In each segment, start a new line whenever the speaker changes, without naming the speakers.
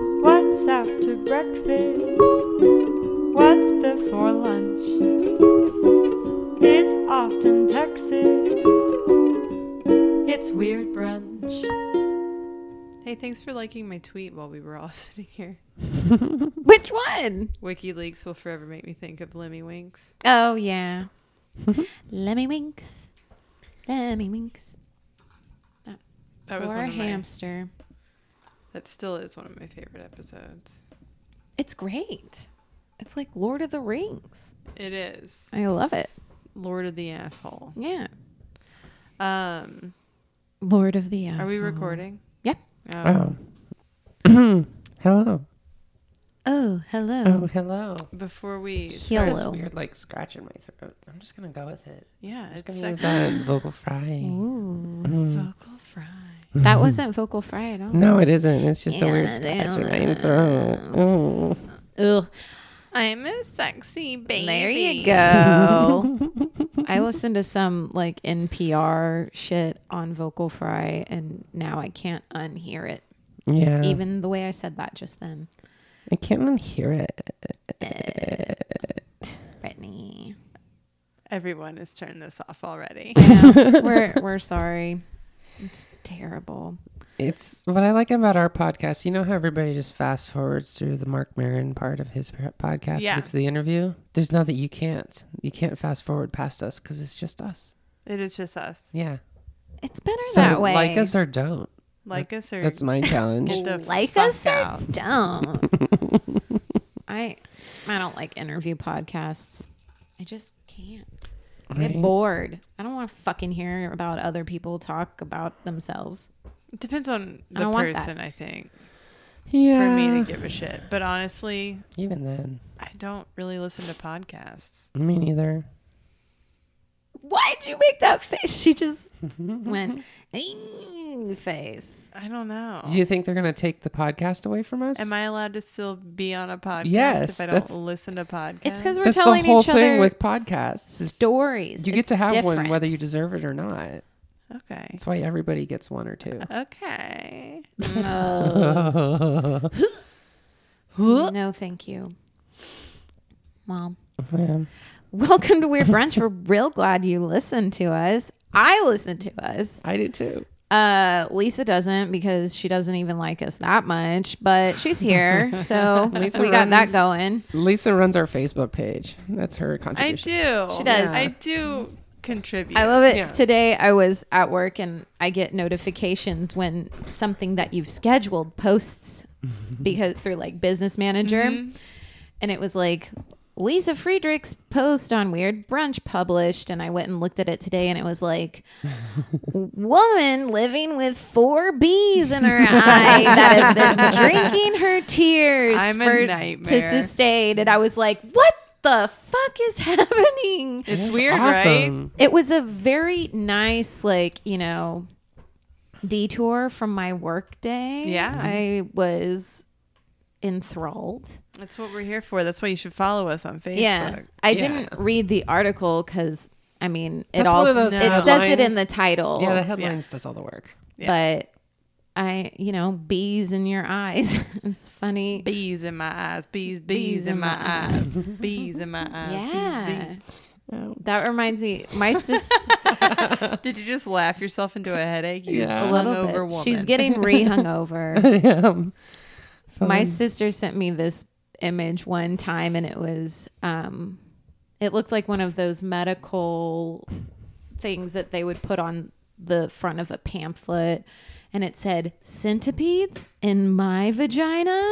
What's after breakfast? What's before lunch? It's Austin, Texas. It's Weird Brunch.
Hey, thanks for liking my tweet while we were all sitting here.
Which one?
WikiLeaks will forever make me think of Lemmy Winks.
Oh yeah. Let me winks. Let me winks.
That was
or
one
a
of my,
hamster.
That still is one of my favorite episodes.
It's great. It's like Lord of the Rings.
It is
I love it.
Lord of the Asshole.
Yeah.
Um,
Lord of the
are we
Asshole.
recording?
Yeah.
Um,
Oh. hello.
Oh, hello.
Oh, hello.
Before we,
Hello.
It's weird, like scratching my throat. I'm just gonna go with it.
yeah,
I'm just
it's
gonna
sex-
use that vocal
Oh.
fry.
Ooh.
vocal fry.
That wasn't vocal fry at all.
No, it isn't. It's just a
Yeah,
weird scratching my
yeah.
throat. Oh.
Ugh.
I'm a sexy baby.
There you go. I listened to some like NPR shit on vocal fry and now I can't unhear it.
Yeah.
Even the way I said that just then.
I can't even hear it.
Brittany.
Everyone has turned this off already.
Yeah, we're we're sorry. It's terrible.
It's what I like about our podcast. You know how everybody just fast forwards through the Mark Marin part of his p- podcast.
Yeah.
It's the interview. There's not that you can't. You can't fast forward past us because it's just us.
it is just us.
Yeah.
It's better
So
that way.
like us or don't.
Like us or
That's my challenge.
get the
like
fuck
us or
out.
don't. I I don't like interview podcasts. I just can't. I get
Right.
bored. I don't want to fucking hear about other people talk about themselves.
It depends on
I
the
don't want that.
person, I think.
yeah.
For me to give a shit. But honestly,
Even then,
I don't really listen to podcasts.
me neither.
Why'd you make that face? She just went "Eeeh," face.
I don't know.
Do you think they're going to take the podcast away from us?
Am I allowed to still be on a podcast
Yes,
if I don't
that's-
listen to podcasts?
It's because we're
That's
telling
the whole
each
thing
other
with podcasts. is
stories.
you get
It's
to have one
different.
whether you deserve it or not.
okay.
That's why everybody gets one or two.
Okay.
Oh.
No, thank you. Well,
Man.
welcome to Weird Brunch. We're real glad you listened to us. I listened to us.
I do too.
Uh, Lisa doesn't because she doesn't even like us that much, but she's here, so we got that
runs-
going.
Lisa runs our Facebook page. That's her
I
contribution.
do.
She does.
I do contribute.
I love it.
Yeah.
Today I was at work and I get notifications when something that you've scheduled posts because through like business manager
Mm-hmm.
and it was like Lisa Friedrich's post on Weird Brunch published and I went and looked at it today and it was like woman living with four bees in her eye that has been drinking her tears
I'm a
to
nightmare.
sustain and I was like what the fuck is happening
It's weird, right?
it was a very nice like you know detour from my work day
Yeah.
i was enthralled
That's what we're here for. That's why you should follow us on Facebook.
yeah i didn't read the article because i mean it
That's
all
one of those
it says it in
headlines.
the title
Yeah, the headlines does all the work.
but i you know bees in your eyes it's funny
Bees in my eyes. Bees, bees, in my eyes. bees in my eyes. Bees,
yeah
bees.
that reminds me my sister
Did you just laugh yourself into a headache? You
Yeah.
a little
hungover
bit
woman.
she's getting re-hungover
Um,
My sister sent me this image one time and it was um it looked like one of those medical things that they would put on the front of a pamphlet and it said centipedes in my vagina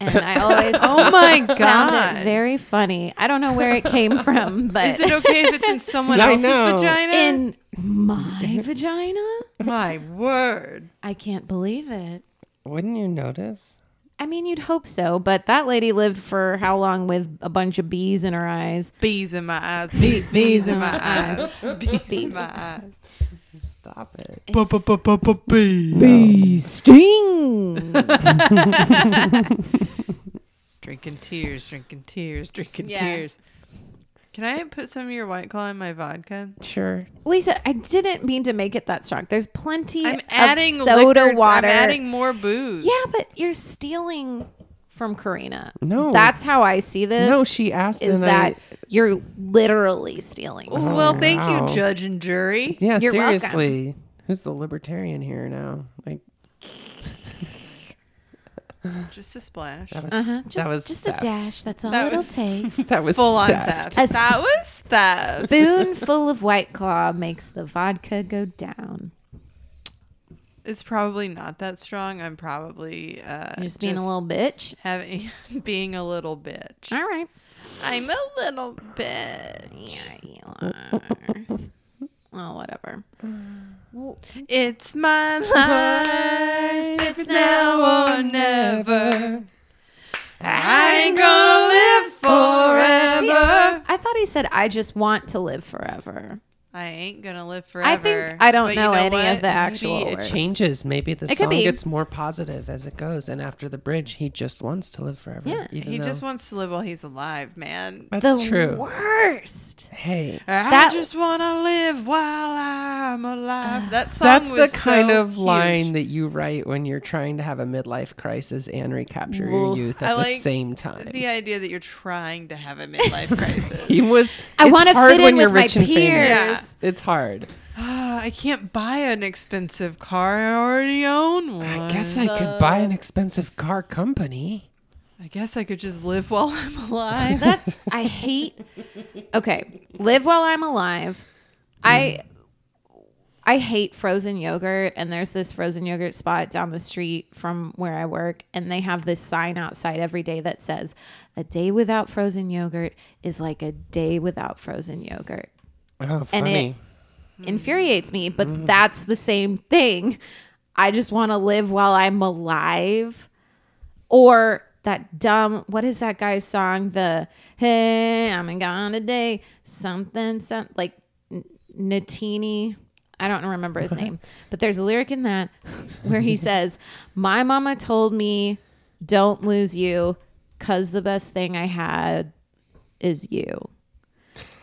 and I always
Oh my
found it
god.
very funny. I don't know where it came from,
Is
but
it okay if it's in someone
I
else's
know.
vagina?
in my vagina?
my word.
I can't believe it.
wouldn't you notice?
I mean, you'd hope so, but that lady lived for how long with a bunch of bees in her eyes?
Bees in my eyes. Bees, bees in my eyes. Bees, in my eyes.
Stop it.
Bee sting.
Drinking tears, drinking tears, drinking
Yeah.
tears. Can I put some of your white claw in my vodka?
Sure.
Lisa, I didn't mean to make it that strong. There's plenty
I'm
of
adding
soda
liquor-
water.
I'm adding more booze.
yeah, but you're stealing from Karina.
No.
That's how I see this.
no, she asked
is
and
that
I,
you're literally stealing.
well, thank
Oh, wow.
you, judge and jury.
yeah,
You're welcome.
seriously. Who's the libertarian here now? Like
Just a splash.
that was
Uh-huh. Just,
that was
just a
theft.
dash. That's all
That
it'll
was-
take.
That was
Full on
theft.
theft.
As-
That was theft.
Spoonful of White Claw makes the vodka go down.
It's probably not that strong. I'm probably uh,
You're just being a little bitch.
having being a little bitch.
All right.
I'm a little bitch.
Yeah, you are. well, whatever.
It's my life. It's now or never. I ain't gonna live forever.
I thought he said, "I just want to live forever."
I ain't gonna live forever.
I think I don't
But you
know, any of
what?
the actual
Maybe it
words.
changes. Maybe the
It could
song
be.
gets more positive as it goes. And after the bridge, he just wants to live forever.
Yeah,
even
He
though-
just wants to live while he's alive, man.
The
That's true.
worst.
Hey,
I
That-
just wanna live while I'm alive. That song
that's the
was
kind
so
of
huge.
line that you write when you're trying to have a midlife crisis and recapture your
Well,
youth
I
at the
like
same time.
The idea that you're trying to have a midlife crisis.
he was.
I
it's
wanna
hard
fit in
when
with
you're
my
rich and famous.
peers.
It's hard.
Ah, I can't buy an expensive car. I already own one.
I guess I could buy an expensive car company.
I guess I could just live while I'm alive.
That's I hate. Okay, live while I'm alive. I I hate frozen yogurt, and there's this frozen yogurt spot down the street from where I work, and they have this sign outside every day that says, "A day without frozen yogurt is like a day without frozen yogurt."
Oh,
and
funny.
it infuriates me but that's the same thing i just want to live while i'm alive or that dumb what is that guy's song the hey i'm gone today something something like N- natini i don't remember his name but there's a lyric in that where he says my mama told me don't lose you cause the best thing i had is you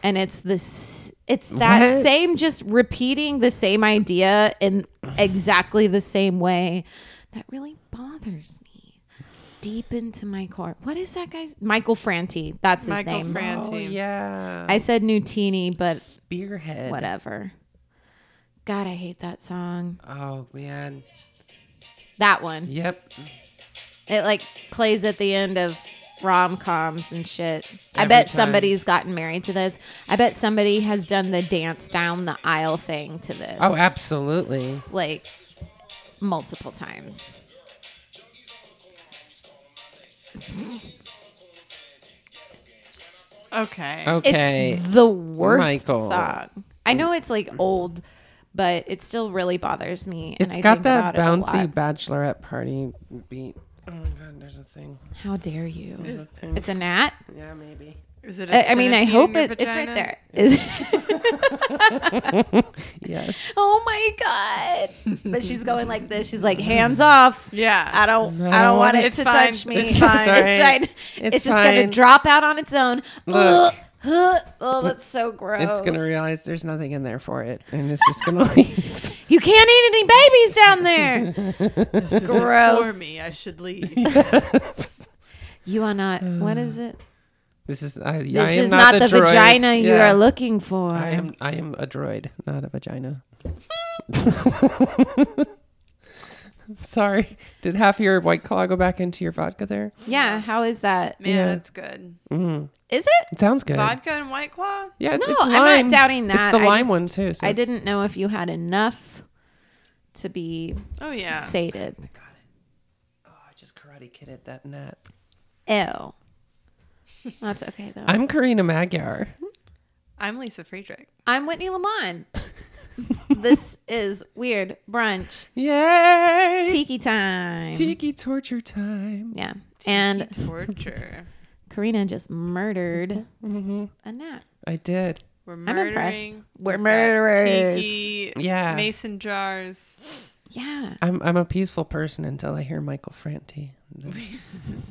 and it's this it's that
What?
same just repeating the same idea in exactly the same way that really bothers me deep into my core what is that guy's michael franti that's his
Michael
name
Franti.
oh yeah.
i said nutini but
Spearhead.
whatever god i hate that song
Oh man.
that one
Yep.
it like plays at the end of rom-coms and shit i
Every
bet
time.
somebody's gotten married to this i bet somebody has done the dance down the aisle thing to this
Oh, absolutely.
like multiple times.
Okay.
Okay.
It's the worst
Michael.
song. I know it's like old, but it still really bothers me. and
It's
I
got
think about
that
it a
bouncy
lot.
bachelorette party beat. Oh god, there's a thing.
How dare you? It's a gnat.
Yeah, maybe.
Is it a
I, I mean, I
centipede in
hope
your
it, it's right
vagina?
there. Is,
Yes.
oh my god! But she's going like this. She's like, hands off.
Yeah.
I don't.
No,
I don't want it
it's
to
fine.
touch me.
It's fine.
It's,
It's all right.
fine.
It's
It's, just gonna
fine.
drop out on its own.
Look.
Ugh. oh, that's so gross.
It's gonna realize there's nothing in there for it, and it's just gonna leave.
You can't eat any babies down there.
This isn't
Gross.
For me, I should leave.
You are not. What is it?
This is I,
This
I am
is
not,
not, the,
droid.
vagina you
Yeah.
are looking for.
I am. I am a droid, not a vagina. Sorry. Did half your white claw go back into your vodka there?
Yeah. How is that?
Man,
Yeah.
that's good.
Is it?
It sounds good.
Vodka and White Claw?
Yeah, it's,
No,
it's
I'm not
lime.
doubting that.
It's the
I
lime
just-
one too. So
I
it's-
didn't know if you had enough to be
Oh, yeah.
sated.
Got it. Oh, I just karate kidded that net.
Ew. That's okay though.
I'm Karina Magyar.
I'm Lisa Friedrich.
I'm Whitney Lamont. this is weird brunch
Yay!
tiki time.
Tiki torture time.
yeah. And
Tiki torture.
Karina just murdered
Mm-hmm.
a gnat.
I did.
We're
I'm impressed.
murdering.
We're
murderers.
murderers.
Tiki.
Yeah.
Mason jars.
Yeah.
I'm I'm a peaceful person until I hear Michael Franti.
Mm.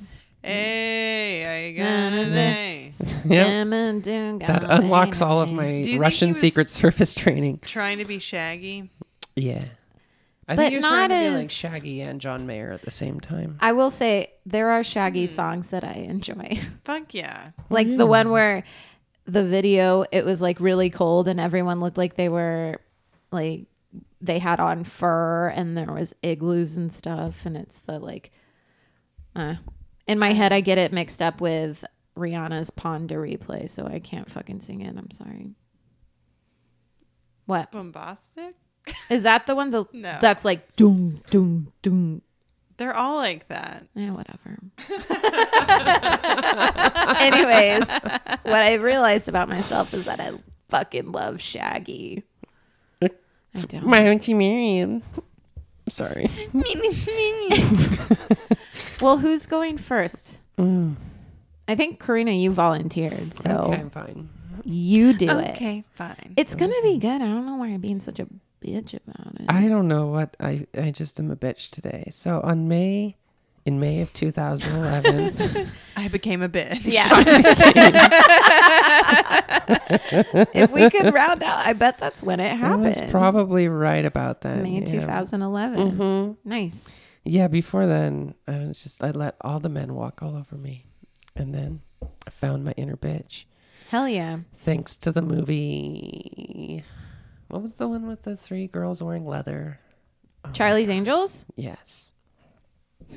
Hey, I got
Na, na,
a
na.
day.
Yeah. Oh, That
That
unlocks all of my
you think he
Russian
was-
Secret Service training.
Trying to be shaggy.
Yeah. I
But
think you're
not
trying to be
as-
like Shaggy and John Mayer at the same time.
I will say there are Shaggy
Hmm.
songs that I enjoy.
Fuck yeah.
like the one where the video it was like really cold and everyone looked like they were like they had on fur and there was igloos and stuff and it's the like uh, in my head I get it mixed up with Rihanna's Pond to replay so I can't fucking sing it I'm sorry what
Bombastic?
is that the one the
No.
that's like doom doom doom
They're all like that.
Yeah, Eh, whatever. Anyways, what I realized about myself is that I fucking love Shaggy.
Eh,
I don't.
Why don't you marry him? Sorry.
Well, who's going first? I think Karina, you volunteered, so
Mm. Okay, I'm fine.
you do it.
okay, fine.
It's gonna be good. I don't know why I'm being such a bitch about it.
I don't know what I I just am a bitch today. So on May in May of 2011,
I became a bitch.
yeah. if we could round out, I bet that's when it
I
happened.
was probably right about then.
May
yeah. Mm-hmm.
2011. Nice.
Yeah, before then, I was just I let all the men walk all over me, and then I found my inner bitch
Hell yeah.
thanks to the movie. What was the one with the three girls wearing leather?
Charlie's Angels?
Yes.
Is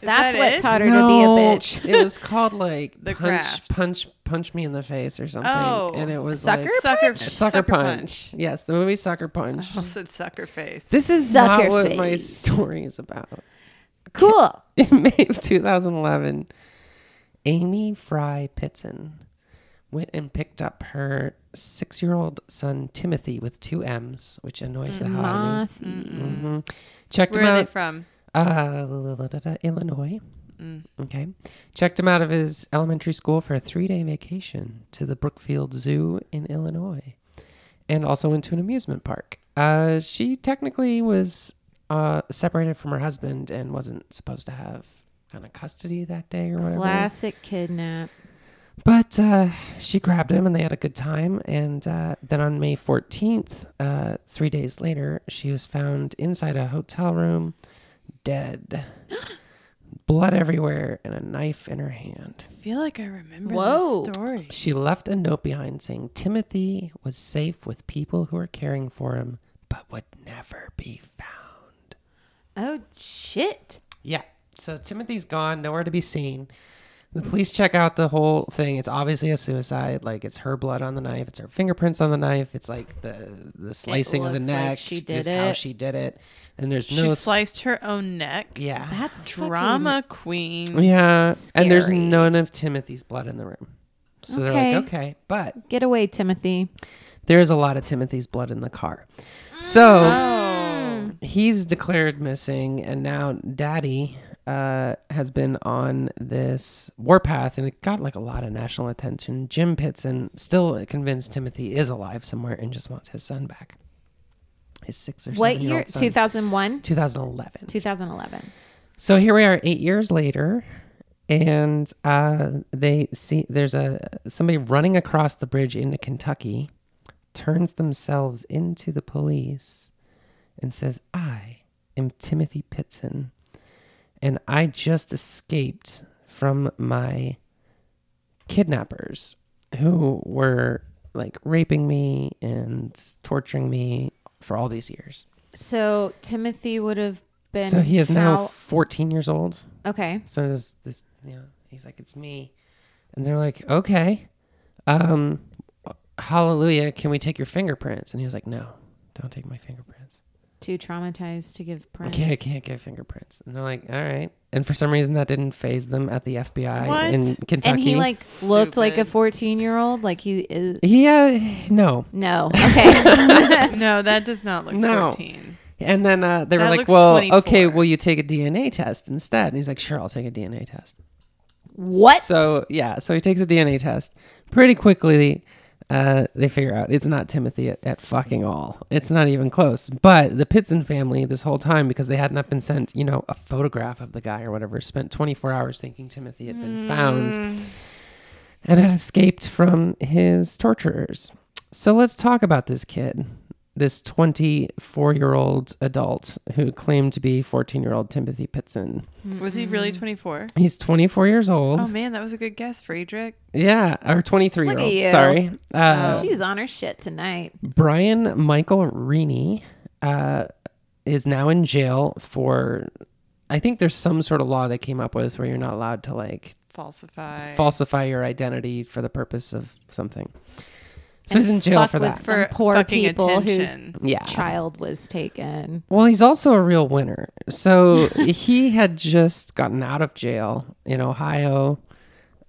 That's
that
what
it?
taught her to be a bitch.
it was called like
The
punch,
Craft.
punch, punch me in the face or something.
Oh.
and it was
Sucker Oh,
like,
Sucker punch.
sucker, punch. Yes, the movie Sucker Punch.
I said sucker face.
This is
Sucker
not what my
face.
story is about.
Cool.
in May of 2011, Amy Fry Pitson went and picked up her six year old son, Timothy, with two M's, which annoys the hell out
Moth.
of me. hmm Checked
Where
him
are they
out.
from?
Uh, la- la- la- la- Illinois. Okay. Checked him out of his elementary school for a three day vacation to the Brookfield Zoo in Illinois and also into an amusement park. Uh, she technically was uh, separated from her husband and wasn't supposed to have kind of custody that day or whatever.
Classic kidnap.
But uh, she grabbed him and they had a good time. And uh, then on May 14th, uh, three days later, she was found inside a hotel room, dead. Blood everywhere and a knife in her hand.
I feel like I remember
Whoa.
this story.
She left a note behind saying Timothy was safe with people who were caring for him, but would never be found.
Oh, shit.
Yeah. So Timothy's gone, nowhere to be seen. The police check out the whole thing. It's obviously a suicide. Like it's her blood on the knife. It's her fingerprints on the knife. It's like the the slicing of the
looks like
neck.
she
It's
did
how
it.
she did it. And there's
she
no
sliced her own neck.
yeah
That's drama.
Drama queen.
yeah. And there's
Scary.
none of Timothy's blood in the room. So they're
Okay.
like, okay, but
Get away, Timothy.
there is a lot of Timothy's blood in the car. So
Mm.
he's declared missing, and now Daddy uh, has been on this warpath, and it got like a lot of national attention. Jim Pitson still convinced Timothy is alive somewhere and just wants his son back. His six or
What
seven
year? 2001?
2011.
2011.
So here we are, eight years later, and uh, they see there's a somebody running across the bridge into Kentucky, turns themselves into the police, and says, "I am Timothy Pitson, and I just escaped from my kidnappers who were like raping me and torturing me for all these years."
So Timothy would have been.
so he is now
how-
14 years old.
okay.
So this, this, you know, he's like, it's me. And they're like, okay, um, hallelujah. Can we take your fingerprints? And he was like, no, don't take my fingerprints.
Too traumatized to give
I
prints.
can't, I can't get fingerprints. And they're like, all right. And for some reason that didn't phase them at the FBI
What?
in Kentucky.
And he like looked like a
Stupid.
14 year old. Like he is.
yeah, no.
No. Okay.
no, that does not look
No.
14.
And then uh, they were
That
like,
looks
well,
24.
okay, will you take a DNA test instead? And he's like, sure, I'll take a DNA test.
what?
So yeah, so he takes a DNA test. Pretty quickly, uh, they figure out it's not Timothy at, at fucking all. It's not even close. But the Pitson family, this whole time, because they had not been sent, you know, a photograph of the guy or whatever, spent 24 hours thinking Timothy had been found and had escaped from his torturers. So let's talk about this kid. this 24 year old adult who claimed to be 14 year old Timothy Pitson.
Was he really 24?
He's 24 years old.
Oh man, that was a good guess, Friedrich.
Yeah, or 23 year
Look at you.
old. Sorry. Uh,
She's on her shit tonight.
Brian Michael Reaney uh, is now in jail for. I think there's some sort of law they came up with where you're not allowed to like
Falsify.
falsify your identity for the purpose of something. So
And
he's in jail
fuck
for
with
that.
Some poor
fucking
people who's-
attention.
yeah.
Child was taken.
Well, he's also a real winner. So he had just gotten out of jail in Ohio,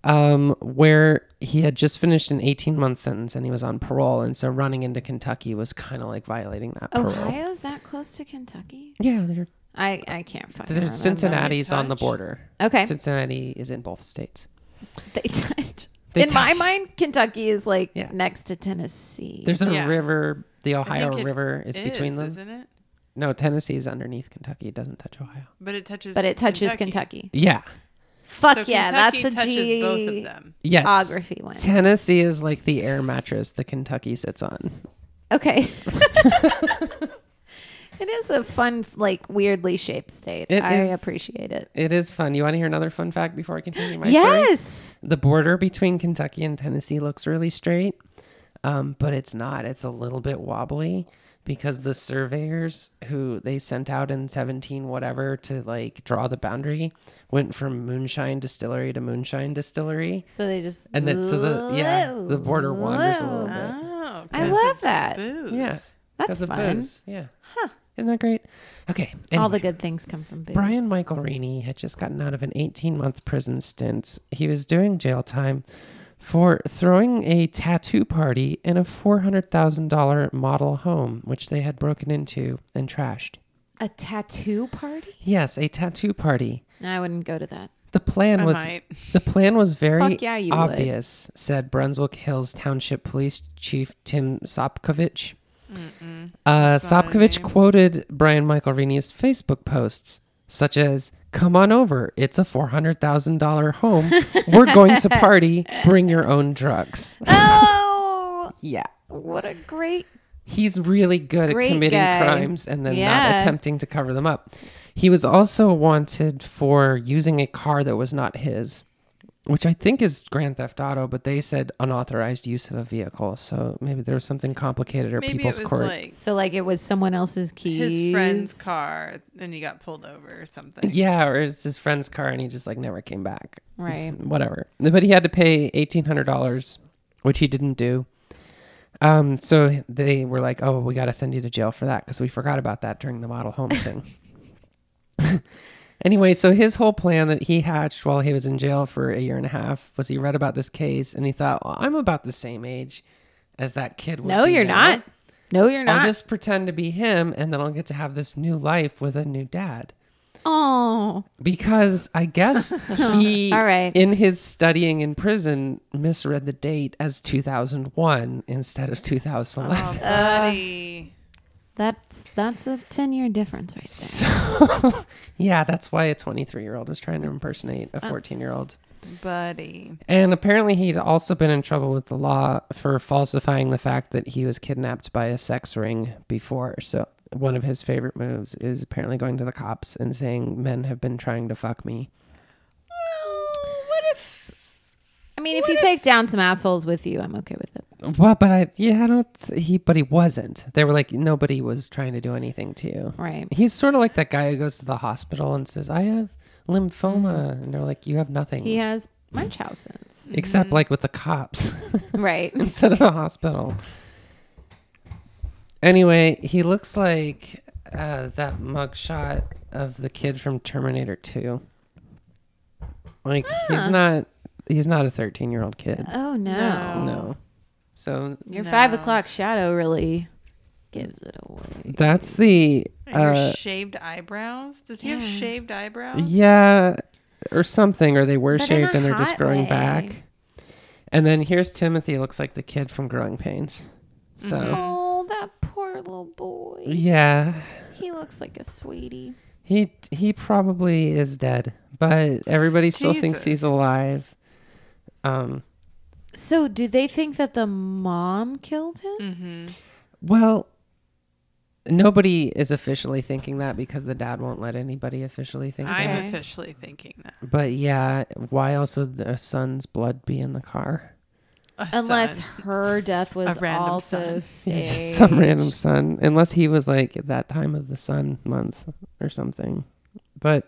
um, where he had just finished an 18 month sentence and he was on parole. And so running into Kentucky was kind of like violating that parole.
Ohio's that close to Kentucky?
Yeah, they're,
I I can't fucking.
they're
remember.
Cincinnati's on the border.
Okay.
Cincinnati is in both states.
They touch.
They
In my
touch.
mind, Kentucky is like
Yeah.
next to Tennessee.
There's a
Yeah.
river. The Ohio
think it
River is, between them.
isn't it?
No, Tennessee is underneath Kentucky. It doesn't touch Ohio.
But it touches.
but it touches Kentucky.
Yeah.
Fuck
So
yeah,
Kentucky
that's a
touches
G-
both of them.
Yes.
Geography one.
Tennessee is like the air mattress that Kentucky sits on.
Okay. it is a fun, like weirdly shaped state.
It
I
is-
appreciate it.
It is fun. You want to hear another fun fact before I continue my story?
Yes.
The border between Kentucky and Tennessee looks really straight, um, but it's not. It's a little bit wobbly because the surveyors who they sent out in 17 whatever to like draw the boundary went from moonshine distillery to moonshine distillery.
So they just
And then so the yeah, the border wanders a little bit.
Oh,
I
'cause
love
of
that.
Booze.
Yeah.
That's
'cause of
fun.
booze. Yeah. Huh. Isn't that great? Okay.
All the
anyway.
good things come from booze.
Brian Michael Reaney had just gotten out of an 18 month prison stint. He was doing jail time for throwing a tattoo party in a $400,000 model home, which they had broken into and trashed.
a tattoo party?
Yes, a tattoo party.
I wouldn't go to that.
The plan
I
was
might.
the plan was very
Fuck yeah, you would.
obvious, said Brunswick Hills Township Police Chief Tim Sopkovich. Uh, Sopkovich quoted Brian Michael Reaney's Facebook posts, such as "Come on over, it's a four hundred thousand dollar home. We're going to party. Bring your own drugs."
Oh,
Yeah,
what a great
he's really good
Great
at committing
guy.
crimes and then
Yeah.
not attempting to cover them up. He was also wanted for using a car that was not his, which I think is Grand Theft Auto, but they said unauthorized use of a vehicle. So maybe there was something complicated or
Maybe
people's
it was
court.
like
So like it was someone else's keys.
his friend's car, and he got pulled over or something.
yeah, or it's his friend's car and he just like never came back.
Right.
It's- whatever. But he had to pay eighteen hundred dollars, which he didn't do. Um, so they were like, "Oh, we got to send you to jail for that because we forgot about that during the model home thing." anyway, so his whole plan that he hatched while he was in jail for a year and a half was he read about this case and he thought, well, "I'm about the same age as that kid." Would
No,
be
you're
now.
not. No, you're
I'll
not.
just pretend to be him, and then I'll get to have this new life with a new dad
oh,
because I guess he,
All right.
in his studying in prison, misread the date as 2001 instead of 2011.
Oh, buddy.
that's that's a ten year difference right there.
So, yeah, that's why a 23 year old was trying to impersonate a 14 year old.
buddy.
And apparently, he'd also been in trouble with the law for falsifying the fact that he was kidnapped by a sex ring before. So, one of his favorite moves is apparently going to the cops and saying, Men have been trying to fuck me.
What if
I mean, if you take down some assholes with you, I'm okay with it.
Well, but I yeah, I don't he but he wasn't. They were like nobody was trying to do anything to you.
Right.
He's sort of like that guy who goes to the hospital and says, "I have lymphoma." And they're like, "You have nothing."
Mm-hmm. He has Munchausen's.
Except like with the cops
right.
instead of a hospital. Anyway, he looks like uh, that mugshot of the kid from Terminator 2. Like
Ah.
he's not he's not a 13-year-old kid.
Oh no.
No.
no. So
Your
No.
five o'clock shadow really gives it away.
that's the
your
uh,
shaved eyebrows? Does he have
yeah.
shaved eyebrows?
Yeah, or something, or they were
But in
shaved
a
and they're just
hot
growing
way.
back. And then here's Timothy, looks like the kid from Growing Pains. So,
Oh, that poor little boy.
yeah,
He looks like a sweetie.
he he probably is dead, but everybody still thinks he's
Jesus.
alive. Um,
Mm-hmm.
So, do they think that the mom killed him?
well, Nobody is officially thinking that because the dad won't let anybody officially think that.
Okay.
I'm officially thinking that.
But yeah, why else would the son's blood be in the car?
A
Unless
son.
her death was
random
also
son.
Yeah,
staged.
just some random son, unless he was like at that time of the sun month or something. But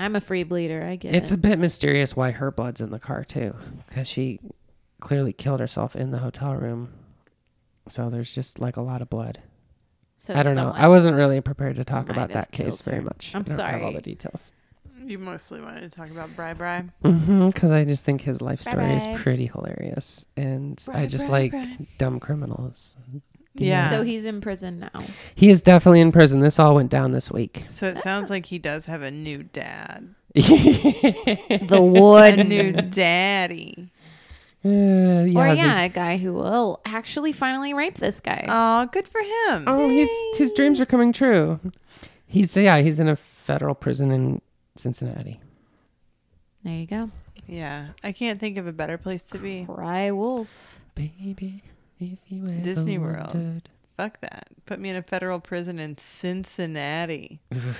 I'm a free bleeder. I get
it's
it.
a bit mysterious why her blood's in the car too, because she clearly killed herself in the hotel room. So there's just like a lot of blood.
So
I don't know.
someone-
I wasn't really prepared to talk
might
about
have
that case
killed her.
very much.
I'm
I don't Have all
sorry.
the details.
you mostly wanted to talk about Bri Bri.
Mm-hmm. Because I just think his life story
Bye-bye.
is pretty hilarious, and I
Bye,
just
bye,
like
bye.
dumb criminals.
Yeah.
So he's in prison now.
He is definitely in prison. This all went down this week.
So it sounds like he does have a new dad.
The
A
wood.
new daddy.
Uh, yeah,
or
the-
yeah, a guy who will actually finally rape this guy.
Oh, good for him.
oh, he's his dreams are coming true. He's yeah, he's in a federal prison in Cincinnati.
there you go.
Yeah. I can't think of a better place to be.
Cry wolf.
Baby, if you ever
Disney World.
wondered.
Fuck that. Put me in a federal prison in Cincinnati.
Ohio,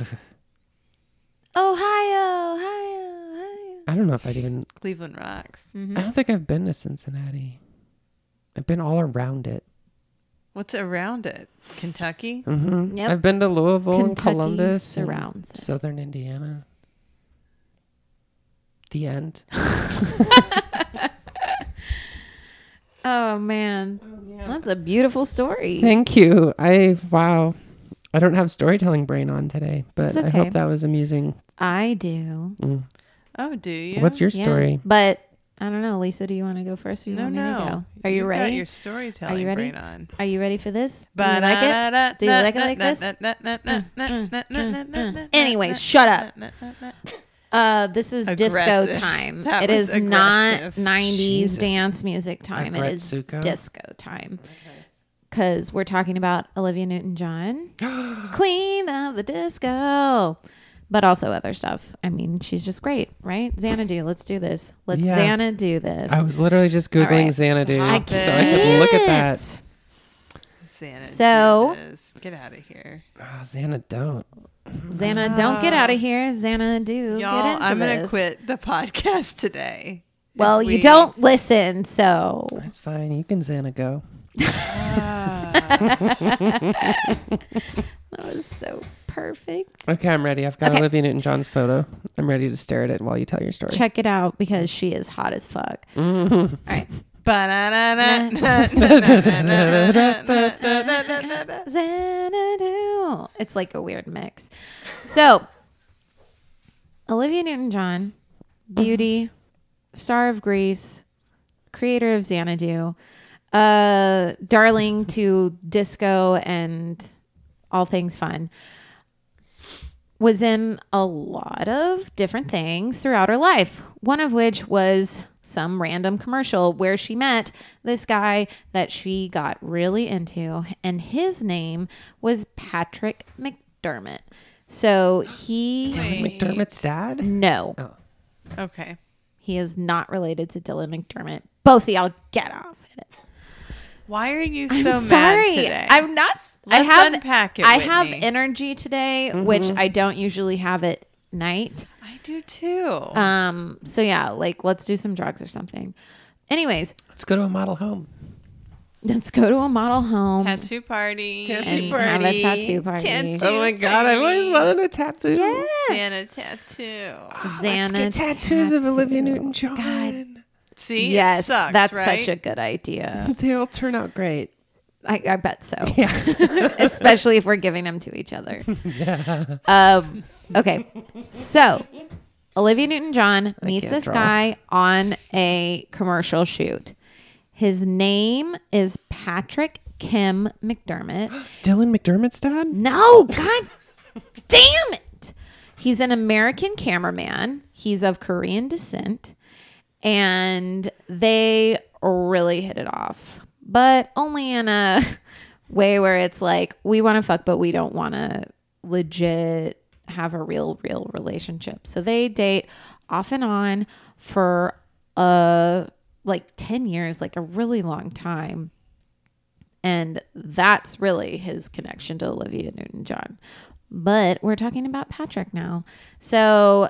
Ohio, Ohio.
I don't know if I'd even.
Cleveland rocks.
Mm-hmm.
I don't think I've been to Cincinnati. I've been all around it.
What's around it? Kentucky?
Mm-hmm.
Yep.
I've been to Louisville and
Kentucky
Columbus,
surrounds
and
it.
Southern Indiana. The end.
Oh man, that's a beautiful story.
Thank you. I wow. I don't have storytelling brain on today, but
It's
I
okay.
hope that was amusing.
I do.
Oh, do you?
What's your
Yeah.
story?
But I don't know, Lisa. Do you want to go first? Or you
no,
want me
no.
to Oh, go? Are you
You've
ready?
Got your storytelling
ready?
brain on.
Are you ready for this? Do you like it? Do you like it like this? Mm, Anyways, mm. shut up. Uh, this is disco
Aggressive.
time.
That
it
was
is
aggressive.
not 90s
Jesus.
dance music time. It is
Agretsuko.
disco time. Because we're talking about Olivia Newton John, queen of the disco, but also other stuff. I mean, she's just great, right? Xanadu, let's do this. Let's
Yeah.
Xanadu this.
I was literally just googling
right,
Xanadu, so I
stop
could look at that.
Xanadu
So-
does. get out of here,
Oh, Xana don't.
Xana, don't get out of here. Xanadu, get
Ah. y'all.
into
I'm gonna
this.
quit the podcast today. If
Well,
we-
you don't listen, so
That's fine. You can Xana go.
that was so perfect.
Okay, I'm ready. I've got
Okay.
Olivia Newton-John's photo. I'm ready to stare at it while you tell your story.
Check it out because she is hot as fuck. All right. Xanadu. It's like a weird mix. So, Olivia Newton John,
Uh-huh.
beauty, star of Greece, creator of Xanadu, uh, darling to disco and all things fun, was in a lot of different things throughout her life. One of which was some random commercial where she met this guy that she got really into, and his name was Patrick McDermott. So he.
McDermott's dad?
No,
Okay.
he is not related to Dylan McDermott. Both of y'all get off it.
Why are you so mad
Sorry,
today?
I'm not. I
Let's
have
unpack it,
I have
Whitney.
energy today, which I don't usually have at night.
I do too.
Um. So yeah, like let's do some drugs or something. Anyways,
Let's go to a model home.
let's go to a model home
tattoo party.
and have a tattoo party.
Tattoo.
Oh my god, I've always wanted a tattoo.
Santa tattoo.
Xana
Let's get tattoos of Olivia Newton-John.
See, it
Yes,
sucks,
that's
right?
such a good idea.
They all turn out great.
I, I bet so. Especially if we're giving them to each other. Um, okay. So Olivia Newton John meets
can't
this
draw.
guy on a commercial shoot. His name is Patrick Kim McDermott.
Dylan McDermott's dad?
No, God damn it. He's an American cameraman. He's of Korean descent. And they really hit it off, but only in a way where it's like, we want to fuck, but we don't want to legit have a real, real relationship. So they date off and on for uh like 10 years, like a really long time And that's really his connection to Olivia Newton John. But we're talking about Patrick now. So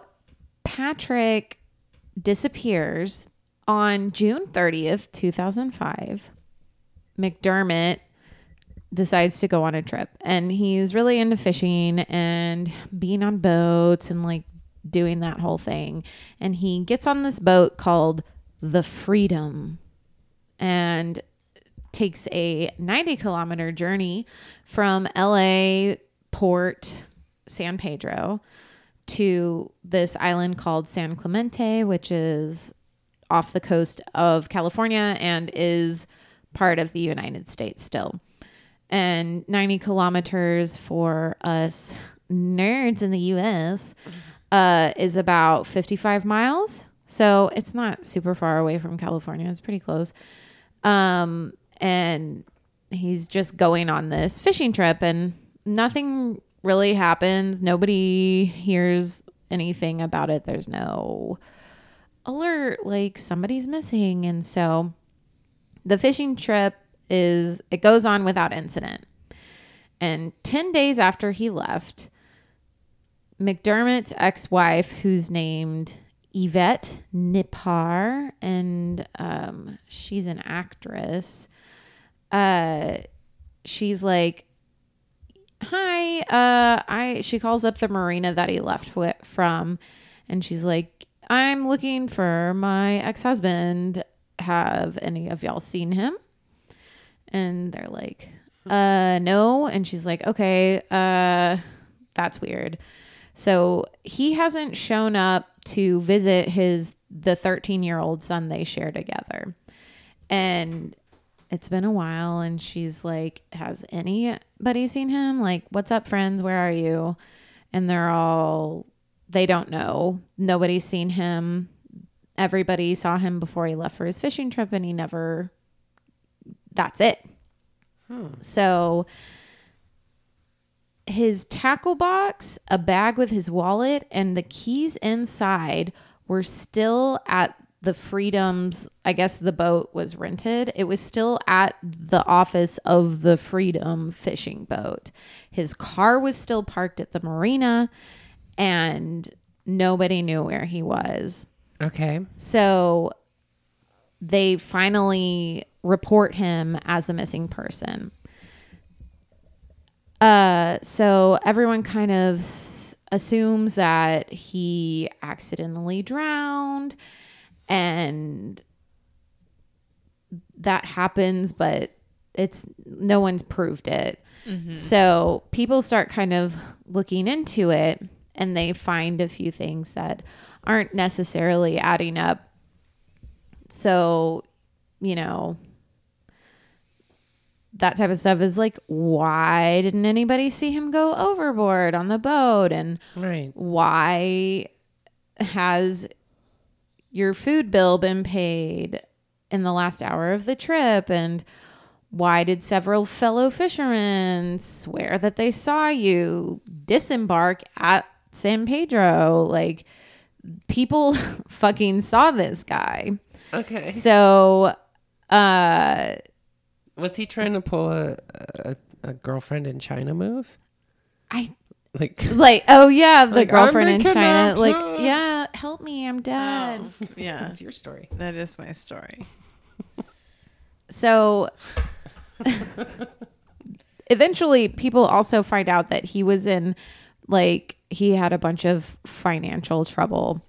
Patrick disappears on June 30th, 2005. McDermott decides to go on a trip and he's really into fishing and being on boats and like doing that whole thing. And he gets on this boat called the Freedom and takes a 90 kilometer journey from LA port San Pedro to this island called San Clemente, which is off the coast of California and is part of the United States still. And 90 kilometers for us nerds in the US uh, is about 55 miles. So it's not super far away from California, it's pretty close. Um, and he's just going on this fishing trip, and nothing really happens. Nobody hears anything about it. There's no alert like somebody's missing. And so the fishing trip is it goes on without incident. And 10 days after he left, McDermott's ex-wife, who's named Yvette Nipar, and um, she's an actress. Uh, she's like, "Hi, uh, I." She calls up the marina that he left wi- from, and she's like, "I'm looking for my ex-husband. Have any of y'all seen him?" And they're like, uh, no. And she's like, okay, uh, that's weird. So he hasn't shown up to visit his the 13 year old son they share together. And it's been a while and she's like, Has anybody seen him? Like, what's up, friends? Where are you? And they're all they don't know. Nobody's seen him. Everybody saw him before he left for his fishing trip and he never that's it. So his tackle box, a bag with his wallet, and the keys inside were still at the Freedom's. I guess the boat was rented. It was still at the office of the Freedom fishing boat. His car was still parked at the marina, and nobody knew where he was.
Okay.
So they finally report him as a missing person. Uh, so everyone kind of s- assumes that he accidentally drowned and that happens, but it's no one's proved it. So people start kind of looking into it and they find a few things that aren't necessarily adding up so you know that type of stuff is like why didn't anybody see him go overboard on the boat and
Right.
why has your food bill been paid in the last hour of the trip and why did several fellow fishermen swear that they saw you disembark at San Pedro like people fucking saw this guy
Okay.
so uh
Was he trying to pull a, a, a girlfriend in China move?
I
Like,
like oh yeah, the
Like, I'm
girlfriend
the Oh.
in China.
kidnapped.
Like, yeah, help me, I'm dead.
Oh, Yeah,
your story.
that is my story.
So eventually people also find out that he was in like he had a bunch of financial trouble.